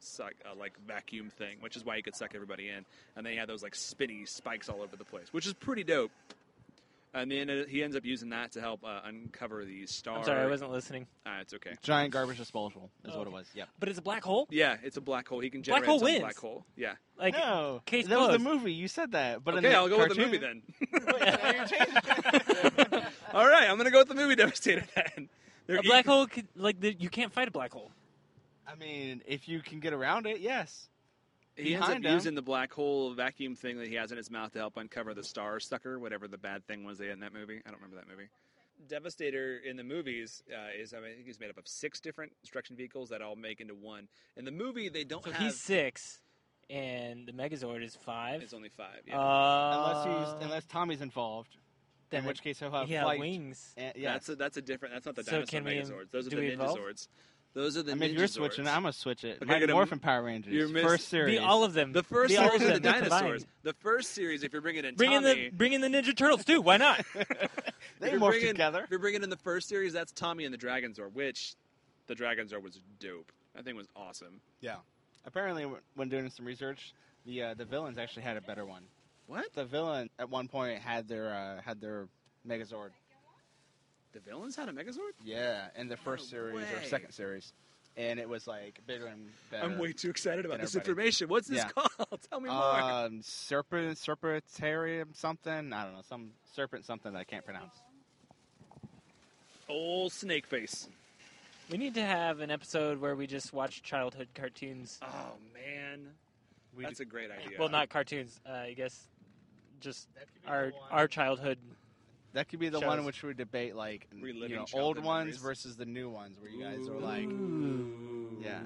Speaker 4: suck, uh, like vacuum thing, which is why you could suck everybody in. And then he had those like spinny spikes all over the place, which is pretty dope. And then uh, he ends up using that to help uh, uncover the star.
Speaker 2: I'm sorry, I wasn't listening.
Speaker 4: Uh, it's okay.
Speaker 3: giant garbage disposal is
Speaker 2: Oh,
Speaker 3: what
Speaker 2: okay.
Speaker 3: it was. Yep.
Speaker 2: But it's a black hole.
Speaker 4: Yeah, it's a black hole. He can
Speaker 2: Black
Speaker 4: generate
Speaker 2: hole
Speaker 4: his own
Speaker 2: wins.
Speaker 4: black hole. Yeah.
Speaker 2: Like
Speaker 3: no,
Speaker 2: case
Speaker 3: that was
Speaker 2: closed.
Speaker 3: the movie. You said that, but in
Speaker 4: okay,
Speaker 3: the
Speaker 4: I'll go with the movie
Speaker 3: cartoon-
Speaker 4: then. All right, I'm gonna go with the movie Devastator then. They're
Speaker 2: a black
Speaker 4: equal-
Speaker 2: hole, could, like the, you can't fight a black hole.
Speaker 3: I mean, if you can get around it, yes.
Speaker 4: He ends up
Speaker 3: Behind him.
Speaker 4: using the black hole vacuum thing that he has in his mouth to help uncover the star sucker, whatever the bad thing was they had in that movie. I don't remember that movie. Devastator in the movies uh, is I, mean, I think he's made up of six different destruction vehicles that all make into one. In the movie, they don't
Speaker 2: So
Speaker 4: have.
Speaker 2: he's six, and the Megazord is five.
Speaker 4: It's only five. Yeah.
Speaker 2: Uh,
Speaker 3: unless he's unless Tommy's involved,
Speaker 2: then
Speaker 3: in which case he'll
Speaker 2: we-
Speaker 3: have
Speaker 2: yeah,
Speaker 3: flight.
Speaker 2: wings.
Speaker 3: And, yeah,
Speaker 4: That's a, that's a different. That's not the
Speaker 2: So
Speaker 4: dinosaur
Speaker 2: can we-
Speaker 4: megazords. Those are
Speaker 2: do
Speaker 4: the
Speaker 2: we
Speaker 4: ninja
Speaker 2: evolve?
Speaker 4: zords. Those are the
Speaker 3: I mean,
Speaker 4: ninja
Speaker 3: if you're switching,
Speaker 4: zords.
Speaker 3: I'm gonna switch it.
Speaker 4: Okay,
Speaker 3: Mighty
Speaker 4: you're gonna-
Speaker 3: Morphin Power Rangers,
Speaker 4: you're miss-
Speaker 3: first series.
Speaker 2: Be all of them.
Speaker 4: The first
Speaker 2: Be all
Speaker 4: series
Speaker 2: of
Speaker 4: are the
Speaker 2: them combined.
Speaker 4: dinosaurs. The first series, if you're bringing in
Speaker 2: Bring in
Speaker 4: Tommy,
Speaker 2: the bring in the Ninja Turtles too. Why not?
Speaker 4: if
Speaker 3: they
Speaker 4: you're
Speaker 3: morph
Speaker 4: bringing-
Speaker 3: together.
Speaker 4: If you're bringing in the first series, that's Tommy and the Dragonzord, which the Dragonzord was dope. That thing was awesome.
Speaker 3: Yeah. Apparently, w- when doing some research, the uh, the villains actually had a better one.
Speaker 4: What?
Speaker 3: The villain at one point had their uh, had their Megazord.
Speaker 4: The villains had a Megazord?
Speaker 3: Yeah, in the first series or
Speaker 4: way.
Speaker 3: second series, and it was like bigger and better.
Speaker 4: I'm way too excited about
Speaker 3: than
Speaker 4: this
Speaker 3: everybody.
Speaker 4: information. What's this
Speaker 3: Yeah.
Speaker 4: called? Tell me more.
Speaker 3: Um, serpent, serpentarium, something. I don't know, some serpent, something that I can't pronounce.
Speaker 4: Old snake face.
Speaker 2: we need to have an episode where we just watch childhood cartoons.
Speaker 4: Oh man,
Speaker 3: We
Speaker 4: that's a great idea.
Speaker 2: Well, not cartoons. Uh, I guess just
Speaker 3: That could be
Speaker 2: our
Speaker 3: the one.
Speaker 2: our childhood.
Speaker 3: That could be the
Speaker 2: Shows.
Speaker 3: one which we debate, like n-
Speaker 4: Reliving
Speaker 3: you know,
Speaker 4: childhood
Speaker 3: old ones
Speaker 4: memories.
Speaker 3: versus the new ones, where you guys
Speaker 4: Ooh.
Speaker 3: are like,
Speaker 2: Ooh.
Speaker 3: Yeah.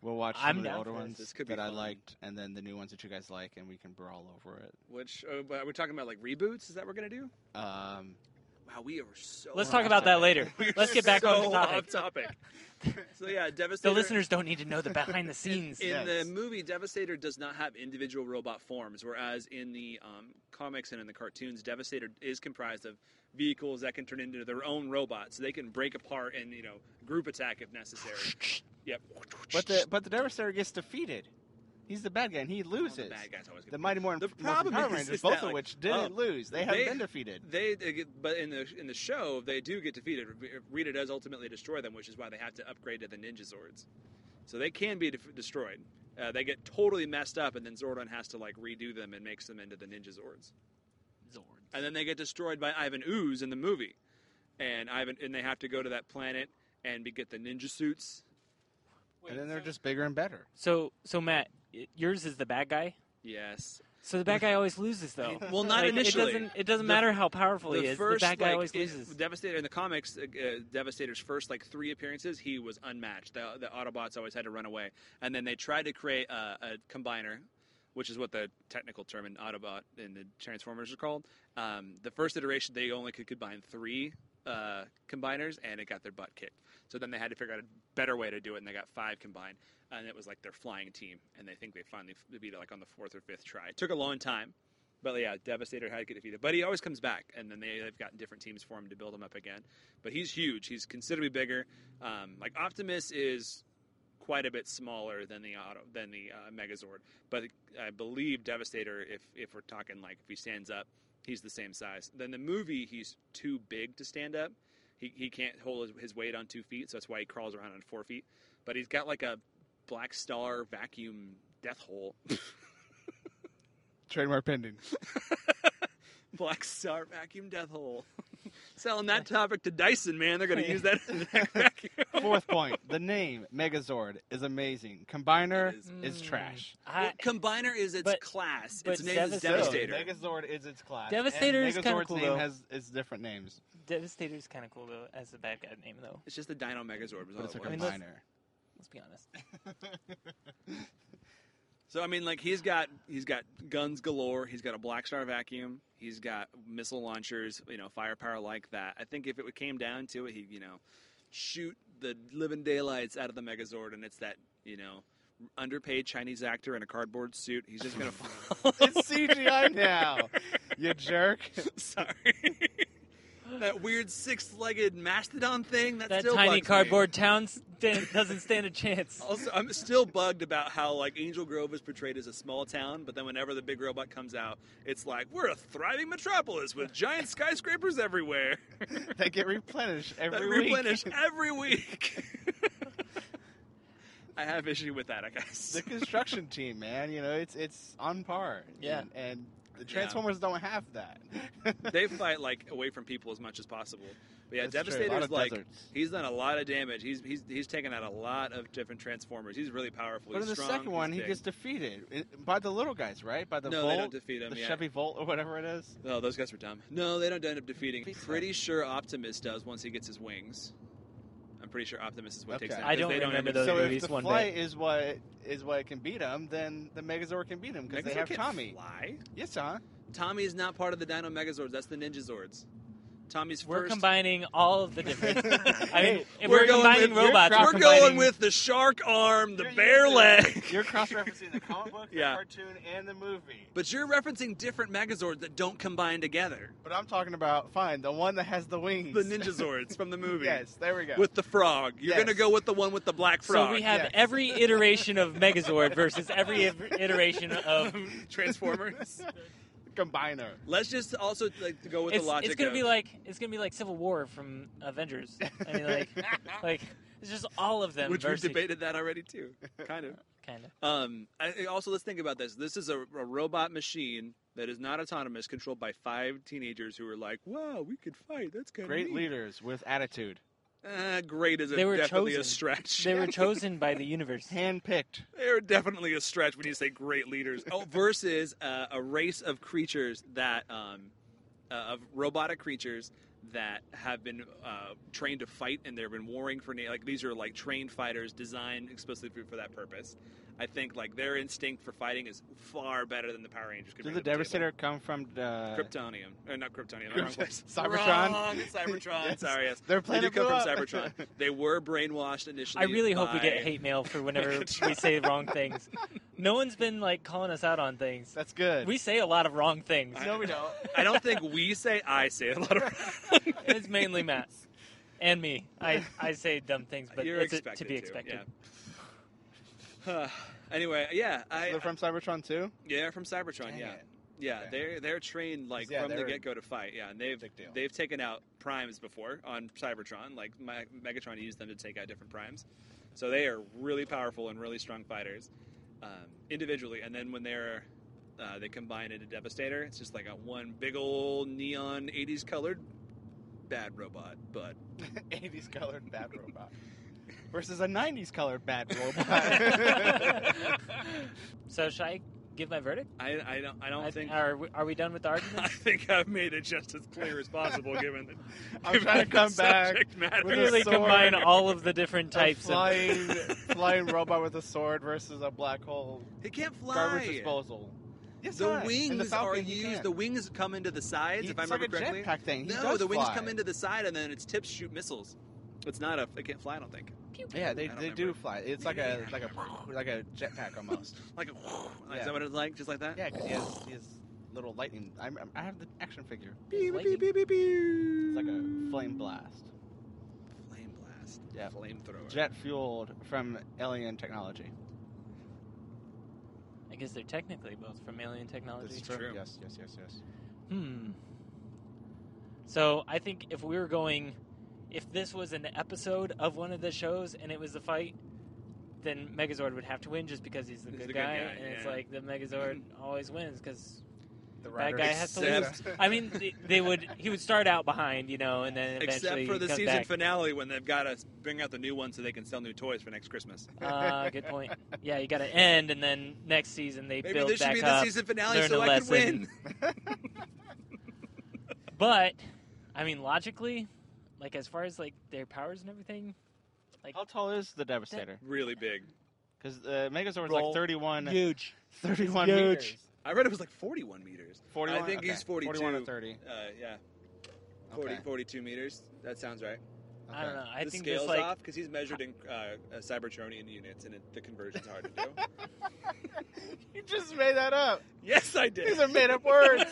Speaker 3: we'll watch
Speaker 2: I'm
Speaker 3: some of the
Speaker 2: down
Speaker 3: older
Speaker 2: for this.
Speaker 3: ones
Speaker 4: This could be
Speaker 3: that I
Speaker 4: fun.
Speaker 3: liked, and then the new ones that you guys like, and we can brawl over it.
Speaker 4: Which uh, but are we talking about? Like reboots? Is that what we're gonna do?
Speaker 3: Um,
Speaker 4: Wow, we are so.
Speaker 2: Let's
Speaker 4: off
Speaker 2: talk about that
Speaker 4: topic.
Speaker 2: later.
Speaker 4: We are
Speaker 2: Let's get back
Speaker 4: so
Speaker 2: on the topic.
Speaker 4: Off topic. so yeah,
Speaker 2: The
Speaker 4: Devastator.
Speaker 2: listeners don't need to know the behind the scenes.
Speaker 4: In
Speaker 3: Yes.
Speaker 4: the movie, Devastator does not have individual robot forms, whereas in the um, comics and in the cartoons, Devastator is comprised of vehicles that can turn into their own robots. So they can break apart and you know group attack if necessary. yep.
Speaker 3: but the but the Devastator gets defeated. He's the bad guy, and he
Speaker 4: All
Speaker 3: loses.
Speaker 4: the bad guys always get
Speaker 3: The Mighty Morphin,
Speaker 4: The
Speaker 3: Morphin
Speaker 4: problem
Speaker 3: Power
Speaker 4: is-
Speaker 3: Rangers,
Speaker 4: is
Speaker 3: both
Speaker 4: that,
Speaker 3: of
Speaker 4: like,
Speaker 3: which didn't
Speaker 4: oh,
Speaker 3: lose. They haven't
Speaker 4: they-
Speaker 3: been defeated.
Speaker 4: They, they get, but in the in the show, they do get defeated. Re- Rita does ultimately destroy them, which is why they have to upgrade to the Ninja Zords. So they can be def- destroyed. Uh, they get totally messed up, and then Zordon has to like redo them and makes them into the Ninja Zords. And then they get destroyed by Ivan Ooze in the movie, and Ivan and they have to go to that planet and be, get the ninja suits.
Speaker 3: and then they're just bigger and better.
Speaker 2: So so Matt, y- yours is the bad guy.
Speaker 4: Yes,
Speaker 2: So the bad guy always loses though.
Speaker 4: Well, not
Speaker 2: Like,
Speaker 4: initially.
Speaker 2: It doesn't it doesn't
Speaker 4: The-
Speaker 2: matter how powerful he
Speaker 4: the
Speaker 2: is.
Speaker 4: first
Speaker 2: the bad guy
Speaker 4: like,
Speaker 2: always
Speaker 4: it-
Speaker 2: loses.
Speaker 4: Devastator in the comics, uh, uh, Devastator's first like three appearances, he was unmatched. The, the Autobots always had to run away, and then they tried to create uh, a combiner, which is what the technical term in Autobot in the Transformers are called. Um, the first iteration, they only could combine three uh, combiners, and it got their butt kicked. So then they had to figure out a better way to do it, and they got five combined, and it was like their flying team, and they think they finally f- beat it like on the fourth or fifth try. It took a long time. But yeah, Devastator had to get defeated. But he always comes back, and then they, they've gotten different teams for him to build him up again. But he's huge. He's considerably bigger. Um, like Optimus is quite a bit smaller than the auto than the uh, Megazord. But I believe Devastator, if if we're talking like if he stands up, he's the same size. Then the movie, he's too big to stand up. He he can't hold his, his weight on two feet, so that's why he crawls around on four feet. But he's got like a black star vacuum death hole
Speaker 3: Trademark pending.
Speaker 4: Black Star vacuum death hole. Selling that topic to Dyson, man. They're going to use that in the next
Speaker 2: Uh,
Speaker 4: vacuum.
Speaker 3: Fourth point: the name Megazord is amazing. Combiner
Speaker 4: It is.
Speaker 3: is
Speaker 2: Mm.
Speaker 3: trash.
Speaker 2: I,
Speaker 4: Combiner is its
Speaker 2: But-
Speaker 4: class.
Speaker 2: but
Speaker 4: its name is
Speaker 2: Devastator-
Speaker 4: Devastator.
Speaker 3: Megazord is its class.
Speaker 2: Devastator
Speaker 3: and
Speaker 2: is kinda
Speaker 3: Megazord's
Speaker 2: cool,
Speaker 3: name
Speaker 2: though.
Speaker 3: has its different names,
Speaker 2: Devastator is kind of cool though as the bad guy name though.
Speaker 4: it's just the Dino Megazord. Was
Speaker 3: but
Speaker 4: all
Speaker 3: it's a
Speaker 4: it
Speaker 2: I
Speaker 4: was.
Speaker 2: mean, let's-
Speaker 3: combiner.
Speaker 2: Let's be honest.
Speaker 4: so I mean, like he's got he's got guns galore. He's got a Black Star vacuum. He's got missile launchers. You know, firepower like that. I think if it came down to it, he you know shoot the living daylights out of the Megazord, and it's that you know underpaid Chinese actor in a cardboard suit. He's just going to fall.
Speaker 3: it's CGI now. You jerk.
Speaker 4: Sorry. that weird six-legged mastodon thing. That,
Speaker 2: That
Speaker 4: still
Speaker 2: tiny
Speaker 4: bugs me.
Speaker 2: cardboard town stand, doesn't stand a chance.
Speaker 4: Also, I'm still bugged about how like Angel Grove is portrayed as a small town, but then whenever the big robot comes out, it's like we're a thriving metropolis with giant skyscrapers everywhere
Speaker 3: They get replenished every
Speaker 4: that
Speaker 3: week.
Speaker 4: replenish every week. I have issue with that, I guess.
Speaker 3: the construction team, man. You know, it's it's on par.
Speaker 2: Yeah.
Speaker 3: and, and the Transformers don't have that.
Speaker 4: they fight like away from people as much as possible. But yeah,
Speaker 3: That's true. A lot
Speaker 4: Devastator's
Speaker 3: of
Speaker 4: like
Speaker 3: deserts.
Speaker 4: he's done a lot of damage. He's he's he's taken out a lot of different Transformers. He's really powerful.
Speaker 3: But in
Speaker 4: he's
Speaker 3: the
Speaker 4: strong,
Speaker 3: second
Speaker 4: he's
Speaker 3: one, he
Speaker 4: big.
Speaker 3: gets defeated in- by the little guys, right? By the
Speaker 4: no,
Speaker 3: Volt,
Speaker 4: they don't defeat him.
Speaker 3: the
Speaker 4: yeah.
Speaker 3: Chevy Volt or whatever it is.
Speaker 4: No, those guys were dumb. No, they don't end up defeating.
Speaker 3: Please
Speaker 4: Pretty sure Optimus does once he gets his wings. I'm pretty sure Optimus is what takes
Speaker 3: Okay.
Speaker 4: them.
Speaker 2: I
Speaker 4: 'cause
Speaker 2: don't
Speaker 4: they don't
Speaker 2: remember
Speaker 4: end
Speaker 2: those
Speaker 4: up
Speaker 3: so
Speaker 4: defeating-
Speaker 2: movies
Speaker 3: if the
Speaker 2: one
Speaker 3: flight is what is what can beat him, then the Megazord can beat him because they
Speaker 4: Megazord
Speaker 3: have
Speaker 4: can't
Speaker 3: Tommy.
Speaker 4: Fly.
Speaker 3: Yes, huh?
Speaker 4: Tommy is not part of the Dino Megazords. That's the Ninja Zords. Tommy's
Speaker 2: We're
Speaker 4: first.
Speaker 2: combining all of the different. I mean,
Speaker 3: Hey,
Speaker 2: if we're,
Speaker 4: going
Speaker 2: combining
Speaker 4: with-
Speaker 2: robots.
Speaker 4: We're,
Speaker 2: We're,
Speaker 4: going
Speaker 2: combining-
Speaker 4: with the shark arm, the
Speaker 3: You're
Speaker 4: bear
Speaker 3: using-
Speaker 4: leg.
Speaker 3: You're cross-referencing the comic book, the
Speaker 4: Yeah.
Speaker 3: cartoon, and the movie.
Speaker 4: But you're referencing different Megazords that don't combine together.
Speaker 3: But I'm talking about fine, the one that has the wings,
Speaker 4: The Ninja Zords from the movie.
Speaker 3: Yes, there we go.
Speaker 4: With the frog. You're
Speaker 3: Yes.
Speaker 4: going to go with the one with the black frog.
Speaker 2: So we have
Speaker 3: yes.
Speaker 2: every iteration of Megazord versus every ev- iteration of.
Speaker 4: Transformers.
Speaker 3: combiner.
Speaker 4: Let's just also like to go with
Speaker 2: It's,
Speaker 4: the logic.
Speaker 2: it's gonna
Speaker 4: of,
Speaker 2: be like it's gonna be like Civil War from Avengers. I mean, like, like it's just all of them.
Speaker 4: which
Speaker 2: versus,
Speaker 4: we debated that already too, kind of.
Speaker 2: Kind of.
Speaker 4: Um, I, I- also, let's think about this. This is a, a robot machine that is not autonomous, controlled by five teenagers who are like, "Wow, we could fight. That's kind of
Speaker 3: Great leaders with attitude,
Speaker 4: Uh, great is a,
Speaker 2: They were
Speaker 4: definitely a
Speaker 2: chosen.
Speaker 4: stretch.
Speaker 2: They were chosen by the universe.
Speaker 3: hand-picked.
Speaker 4: They're definitely a stretch when you say great leaders. Oh, versus uh, a race of creatures that, um, uh, of robotic creatures that have been uh, trained to fight and they've been warring for na- like these are like trained fighters designed explicitly for that purpose. I think like their instinct for fighting is far better than the Power Rangers. could
Speaker 3: Did
Speaker 4: bring
Speaker 3: the
Speaker 4: to table.
Speaker 3: Devastator come from the...
Speaker 4: Kryptonium, or not Kryptonium?
Speaker 3: Krypt-
Speaker 4: wrong place.
Speaker 3: Cybertron?
Speaker 4: Wrong, Cybertron.
Speaker 3: Yes.
Speaker 4: Sorry, yes.
Speaker 3: Their
Speaker 4: They do
Speaker 3: planet
Speaker 4: come
Speaker 3: blew
Speaker 4: from
Speaker 3: up.
Speaker 4: Cybertron. They were brainwashed initially.
Speaker 2: I really hope we
Speaker 4: by-
Speaker 2: get hate mail for whenever we say wrong things. No one's been like calling us out on things.
Speaker 3: That's good.
Speaker 2: We say a lot of wrong things.
Speaker 3: no, we don't.
Speaker 4: I don't think we say I say a lot of.
Speaker 2: It's mainly Matt and me. I, I say dumb things, but
Speaker 4: You're
Speaker 2: it's a-
Speaker 4: expected
Speaker 2: to be expected.
Speaker 4: yeah. Uh, anyway, yeah, I
Speaker 3: They're from Cybertron too.
Speaker 4: yeah from Cybertron.
Speaker 3: Dang
Speaker 4: yeah,
Speaker 3: it.
Speaker 4: yeah,
Speaker 3: Okay.
Speaker 4: they're they're trained like
Speaker 3: Yeah,
Speaker 4: from the
Speaker 3: they're-
Speaker 4: get go to fight. Yeah, and they've
Speaker 3: Big deal.
Speaker 4: they've taken out primes before on Cybertron. Like Me- Megatron used them to take out different primes, so they are really powerful and really strong fighters um, individually. And then when they're uh, they combine into Devastator, it's just like a one big old neon '80s colored bad robot, but
Speaker 3: 80s colored bad robot versus a 90s colored bad robot.
Speaker 2: So should I give my verdict?
Speaker 4: I, I don't I don't
Speaker 2: I-
Speaker 4: think
Speaker 2: are, we, are we done with the
Speaker 4: I
Speaker 2: argument?
Speaker 4: think I've made it just as clear as possible given the,
Speaker 3: I'm
Speaker 4: given
Speaker 3: trying
Speaker 4: the
Speaker 3: to come back
Speaker 4: subject matter.
Speaker 3: with a
Speaker 2: Literally
Speaker 3: sword.
Speaker 2: combine all of the different
Speaker 3: a
Speaker 2: types of.
Speaker 3: flying, flying robot with a sword versus a black hole
Speaker 4: He can't fly.
Speaker 3: garbage disposal. Yes,
Speaker 4: The
Speaker 3: hi. In the
Speaker 4: wings
Speaker 3: Falcon,
Speaker 4: are
Speaker 3: he
Speaker 4: used.
Speaker 3: can.
Speaker 4: The wings come into the sides,
Speaker 3: He-
Speaker 4: if I
Speaker 3: it's
Speaker 4: remember
Speaker 3: like a
Speaker 4: correctly.
Speaker 3: jetpack thing. He
Speaker 4: no,
Speaker 3: does
Speaker 4: the wings
Speaker 3: fly.
Speaker 4: come into the side, and then its tips shoot missiles. It's not a. It can't fly. I don't think.
Speaker 3: Yeah, they,
Speaker 4: I don't
Speaker 3: they do
Speaker 4: remember.
Speaker 3: fly. It's like a like a like a jetpack almost.
Speaker 4: Like a. Like, Is
Speaker 3: Yeah.
Speaker 4: that what it's like? Just like that.
Speaker 3: yeah, because he has, he has little lightning. I, I have the action figure.
Speaker 2: lightning.
Speaker 3: It's like a flame blast,
Speaker 4: Flame blast.
Speaker 3: Yeah.
Speaker 4: Flamethrower.
Speaker 3: jet fueled from alien technology.
Speaker 2: I guess they're technically both from alien
Speaker 3: Oh,
Speaker 2: technology.
Speaker 4: That's true.
Speaker 3: Yes, yes, yes, yes.
Speaker 2: Hmm. So I think if we were going, if this was an episode of one of the shows and it was the fight, then Megazord would have to win just because he's the
Speaker 4: He's
Speaker 2: good,
Speaker 4: the good
Speaker 2: guy,
Speaker 4: guy,
Speaker 2: and it's
Speaker 4: yeah.
Speaker 2: like the Megazord always wins because
Speaker 3: The
Speaker 2: bad guy has to lose.
Speaker 4: Except-
Speaker 2: I mean, they, they would. He would start out behind, you know, and then eventually
Speaker 4: Except for the
Speaker 2: comes
Speaker 4: season
Speaker 2: back.
Speaker 4: finale when they've got to bring out the new one so they can sell new toys for next Christmas.
Speaker 2: Ah, good point. Yeah, you got to end, and then next season they
Speaker 4: Maybe
Speaker 2: build
Speaker 4: this should
Speaker 2: back
Speaker 4: be the
Speaker 2: up.
Speaker 4: season finale
Speaker 2: learn
Speaker 4: so
Speaker 2: a
Speaker 4: I can
Speaker 2: lesson.
Speaker 4: win.
Speaker 2: But I mean, logically, like as far as like their powers and everything,
Speaker 3: How tall is the Devastator?
Speaker 4: Really big.
Speaker 3: Because the Megazord's
Speaker 2: Roll.
Speaker 3: like 31,
Speaker 2: huge.
Speaker 3: 31
Speaker 2: Huge.
Speaker 3: meters.
Speaker 4: I read it was like 41 meters.
Speaker 3: 41?
Speaker 4: I think
Speaker 3: Okay.
Speaker 4: he's 42.
Speaker 3: 41 or 30.
Speaker 4: Uh, yeah. 40,
Speaker 3: Okay.
Speaker 4: 42 meters. That sounds right.
Speaker 2: I don't know. I
Speaker 4: the
Speaker 2: think
Speaker 4: scale's
Speaker 2: just like
Speaker 4: off because he's measured in uh, uh, Cybertronian units, and it, the conversion's hard to do.
Speaker 3: You just made that up.
Speaker 4: yes, I did.
Speaker 3: These are made up words.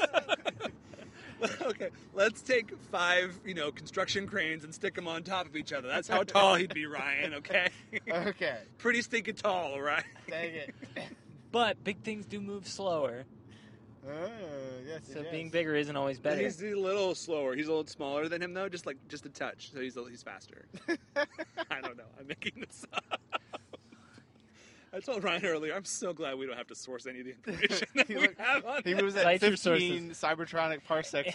Speaker 4: okay, let's take five, you know, construction cranes and stick them on top of each other. That's how tall he'd be, Ryan. Okay,
Speaker 3: okay.
Speaker 4: pretty stinking tall, right?
Speaker 3: Dang it.
Speaker 2: But big things do move slower,
Speaker 3: Oh, yes,
Speaker 2: so
Speaker 3: yes.
Speaker 2: being bigger isn't always better.
Speaker 4: He's a little slower. He's a little smaller than him, though, just like just a touch. So he's a, he's faster. I don't know. I'm making this up. I told Ryan earlier, I'm so glad we don't have to source any of the information that
Speaker 3: He
Speaker 4: we
Speaker 3: looked-
Speaker 4: have on
Speaker 3: He
Speaker 4: this.
Speaker 3: moves at
Speaker 2: Cite your
Speaker 3: 15 cybertronic parsecs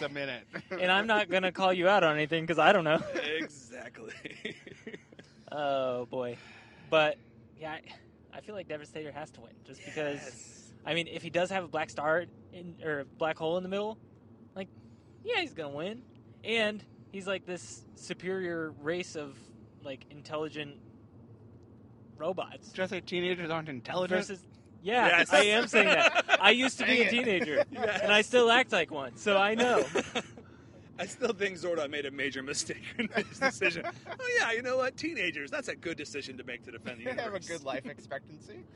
Speaker 3: a minute.
Speaker 2: and I'm not gonna call you out on anything because I don't know.
Speaker 4: Exactly.
Speaker 2: Oh boy, but yeah, I, I feel like Devastator has to win just because.
Speaker 4: Yes.
Speaker 2: I mean, if he does have a black star in, or a black hole in the middle, like, yeah, he's gonna win, and he's like this superior race of like intelligent robots
Speaker 3: Just like teenagers aren't intelligent.
Speaker 2: versus. Yeah,
Speaker 4: Yes.
Speaker 2: I am saying that. I used to be
Speaker 3: Dang
Speaker 2: a
Speaker 3: it.
Speaker 2: teenager,
Speaker 4: Yes.
Speaker 2: and I still act like one, so I know.
Speaker 4: I still think Zordon made a major mistake in this decision. oh yeah, you know what? Teenagers, that's a good decision to make to defend the
Speaker 3: they
Speaker 4: universe.
Speaker 3: have a good life expectancy.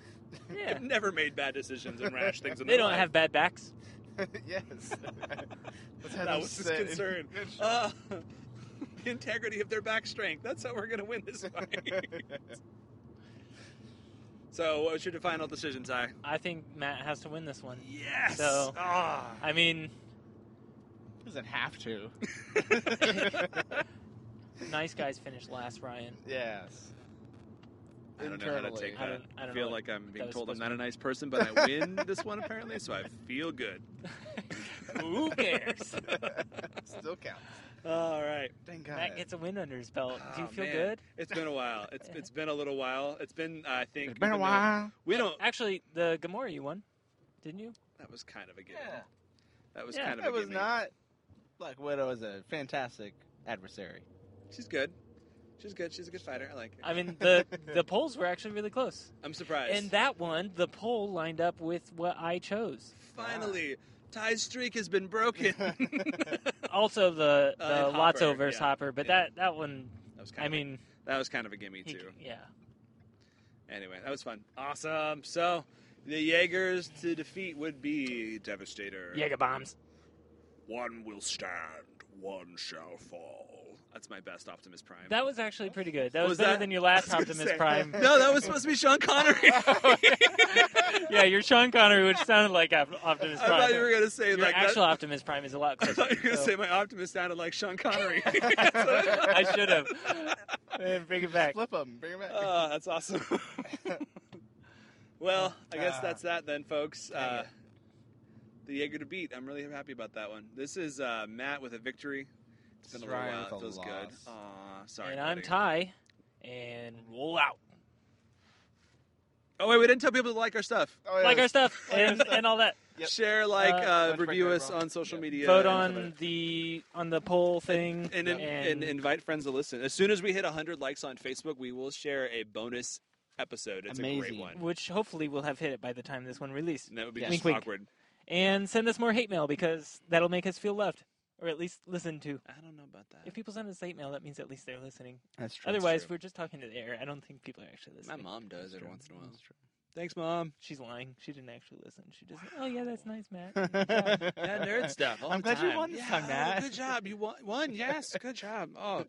Speaker 2: Yeah.
Speaker 4: They've never made bad decisions and rash things in
Speaker 2: They
Speaker 4: their
Speaker 2: don't
Speaker 4: life.
Speaker 2: have bad backs.
Speaker 3: yes. Let's have
Speaker 4: That
Speaker 3: them
Speaker 4: was his
Speaker 3: sit in-
Speaker 4: concern. Uh, the integrity of their back strength. That's how we're going to win this fight.
Speaker 2: Oh.
Speaker 4: so, what was your final decision, Ty?
Speaker 2: I think Matt has to win this one.
Speaker 4: Yes.
Speaker 2: So-
Speaker 4: Ah.
Speaker 2: I mean,
Speaker 3: doesn't have to.
Speaker 2: nice guys finish last, Ryan.
Speaker 3: yes.
Speaker 4: I don't know how to
Speaker 3: Internally.
Speaker 4: take
Speaker 2: I
Speaker 4: that.
Speaker 2: don't- I don't
Speaker 4: feel
Speaker 2: know what
Speaker 4: like I'm being
Speaker 2: was
Speaker 4: told I'm
Speaker 2: supposed
Speaker 4: not
Speaker 2: to
Speaker 4: a nice person, but I win this one apparently, so I feel good.
Speaker 2: Who cares?
Speaker 3: Still counts.
Speaker 4: All right.
Speaker 3: Thank God.
Speaker 2: Matt gets a win under his belt. Do you
Speaker 4: Oh,
Speaker 2: feel
Speaker 4: man.
Speaker 2: good?
Speaker 4: It's been a while. It's it's been a little while. It's been I think
Speaker 3: it's been a
Speaker 4: even though
Speaker 3: while.
Speaker 4: We don't.
Speaker 2: Actually, the Gamora you won, didn't you?
Speaker 4: That was kind of a given.
Speaker 3: Yeah.
Speaker 4: That was
Speaker 2: Yeah.
Speaker 4: kind of
Speaker 3: It
Speaker 4: a
Speaker 3: was
Speaker 4: gimme.
Speaker 3: not. Black Widow is a fantastic adversary.
Speaker 4: She's good. She's good. She's a good fighter. I like her.
Speaker 2: I mean, the the polls were actually really close.
Speaker 4: I'm surprised.
Speaker 2: And uh, that one, the poll lined up with what I chose.
Speaker 4: Finally, Ty's streak has been broken. that
Speaker 2: Also, the
Speaker 4: Uh,
Speaker 2: the
Speaker 4: and
Speaker 2: Lotso
Speaker 4: Hopper,
Speaker 2: versus
Speaker 4: yeah.
Speaker 2: Hopper, but
Speaker 4: Yeah.
Speaker 2: that that one,
Speaker 4: was kind
Speaker 2: I
Speaker 4: of a-
Speaker 2: mean,
Speaker 4: that was kind of a gimme
Speaker 2: he,
Speaker 4: too.
Speaker 2: yeah,
Speaker 4: Anyway, that was fun. Awesome. So, the Jaegers to defeat would be Devastator.
Speaker 2: Jaeger bombs.
Speaker 4: One will stand, one shall fall. That's my best Optimus Prime.
Speaker 2: That was actually pretty good. That was,
Speaker 4: Was
Speaker 2: better
Speaker 4: that-
Speaker 2: than your
Speaker 4: I
Speaker 2: last
Speaker 4: was gonna
Speaker 2: Optimus
Speaker 4: say.
Speaker 2: Prime.
Speaker 4: no, that was supposed to be Sean Connery.
Speaker 2: yeah, your Sean Connery, which sounded like Op- Optimus
Speaker 4: I
Speaker 2: Prime.
Speaker 4: thought you were gonna say
Speaker 2: your
Speaker 4: like
Speaker 2: actual
Speaker 4: that,
Speaker 2: Optimus Prime is a lot
Speaker 4: I
Speaker 2: closer.
Speaker 4: thought you were gonna
Speaker 2: so-
Speaker 4: say my Optimus sounded like Sean Connery.
Speaker 2: I should have. Man, Bring it back.
Speaker 3: Flip them. Bring them back.
Speaker 4: Oh, that's awesome. well, I guess
Speaker 3: Ah.
Speaker 4: that's that then, folks.
Speaker 3: Dang
Speaker 4: Uh,
Speaker 3: it.
Speaker 4: the Jaeger to beat. I'm really happy about that one. This is uh, Matt with a victory. It's been a little
Speaker 3: Ryan
Speaker 4: while. It
Speaker 3: with
Speaker 4: feels
Speaker 3: a
Speaker 4: good.
Speaker 3: loss.
Speaker 4: Aw, sorry.
Speaker 2: and I'm
Speaker 4: buddy.
Speaker 2: Ty, and roll out.
Speaker 4: Oh wait, we didn't tell people to like our stuff.
Speaker 3: Oh, yeah,
Speaker 2: like our
Speaker 3: it's-
Speaker 2: stuff
Speaker 3: Like our
Speaker 2: and,
Speaker 3: stuff.
Speaker 2: and all that.
Speaker 3: Yep.
Speaker 4: Share, like,
Speaker 2: Uh,
Speaker 4: uh,
Speaker 3: Lunch
Speaker 4: review
Speaker 3: break,
Speaker 4: us
Speaker 3: everyone.
Speaker 4: on social
Speaker 3: Yep.
Speaker 4: media.
Speaker 2: Vote
Speaker 4: and
Speaker 2: on the on the poll thing.
Speaker 4: and, and, and invite friends to listen. As soon as we hit 100 likes on Facebook, we will share a bonus episode. It's a
Speaker 3: Amazing.
Speaker 4: great one.
Speaker 2: which hopefully we'll have hit it by the time this one released.
Speaker 4: And that would be
Speaker 3: Yes.
Speaker 4: just
Speaker 2: Wink, wink.
Speaker 4: awkward.
Speaker 2: And send us more hate mail because that'll make us feel loved, or at least listened to.
Speaker 4: I don't know about that.
Speaker 2: If people send us hate mail, that means at least they're listening.
Speaker 3: That's true.
Speaker 2: Otherwise,
Speaker 3: That's
Speaker 2: we're just talking to the air. I don't think people are actually
Speaker 4: My
Speaker 2: listening.
Speaker 4: mom does every once in a while.
Speaker 3: That's
Speaker 4: Thanks, mom.
Speaker 2: She's lying. She didn't actually listen. She just, oh yeah, that's nice, Matt. Good job."
Speaker 3: true.
Speaker 4: Yeah, nerd stuff. all
Speaker 3: I'm
Speaker 4: the
Speaker 3: glad you
Speaker 4: time.
Speaker 3: won this
Speaker 4: Yeah,
Speaker 3: time,
Speaker 4: oh,
Speaker 3: Matt.
Speaker 4: Good job. You won. Won. Yes. Good job. Oh,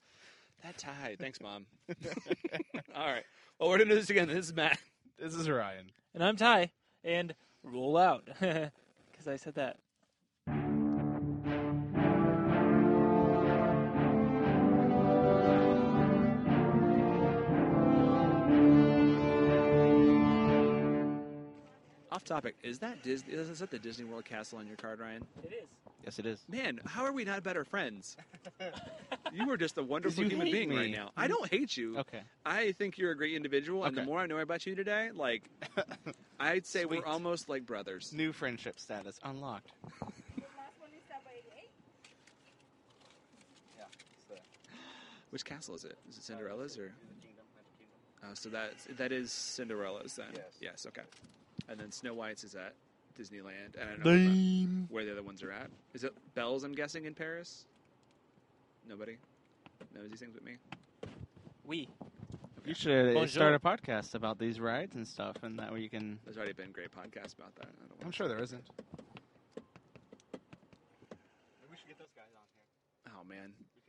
Speaker 4: that tie. Thanks, mom. all right. Well, we're gonna do this again. This is Matt.
Speaker 3: This is Ryan.
Speaker 2: And I'm Ty, and roll out. Because I said that.
Speaker 4: Off topic. Is that Disney? Is that the Disney World castle on your card, Ryan?
Speaker 2: It is.
Speaker 3: Yes, it is.
Speaker 4: Man, how are we not better friends? you are just a wonderful
Speaker 3: you
Speaker 4: human
Speaker 3: hate
Speaker 4: being
Speaker 3: me.
Speaker 4: right now. I don't hate you.
Speaker 3: Okay.
Speaker 4: I think you're a great individual, and the
Speaker 3: Okay.
Speaker 4: more I know about you today, like I'd say
Speaker 3: Sweet.
Speaker 4: we're almost like brothers.
Speaker 3: New friendship status unlocked. Yeah.
Speaker 4: Which castle is it? Uh, Is it Cinderella's or? Oh, so that that is Cinderella's then.
Speaker 3: Yes.
Speaker 4: okay. And then Snow White's is at Disneyland, and I don't know where the other ones are at. Is it Belle's? I'm guessing in Paris. Nobody knows these things but me.
Speaker 2: We.
Speaker 3: You should uh,
Speaker 2: Bonjour.
Speaker 3: start a podcast about these rides and stuff, and that way you can.
Speaker 4: There's already been great podcasts about that. I don't wanna-
Speaker 3: there isn't. Maybe we should get those guys on here.
Speaker 4: Oh man,
Speaker 3: We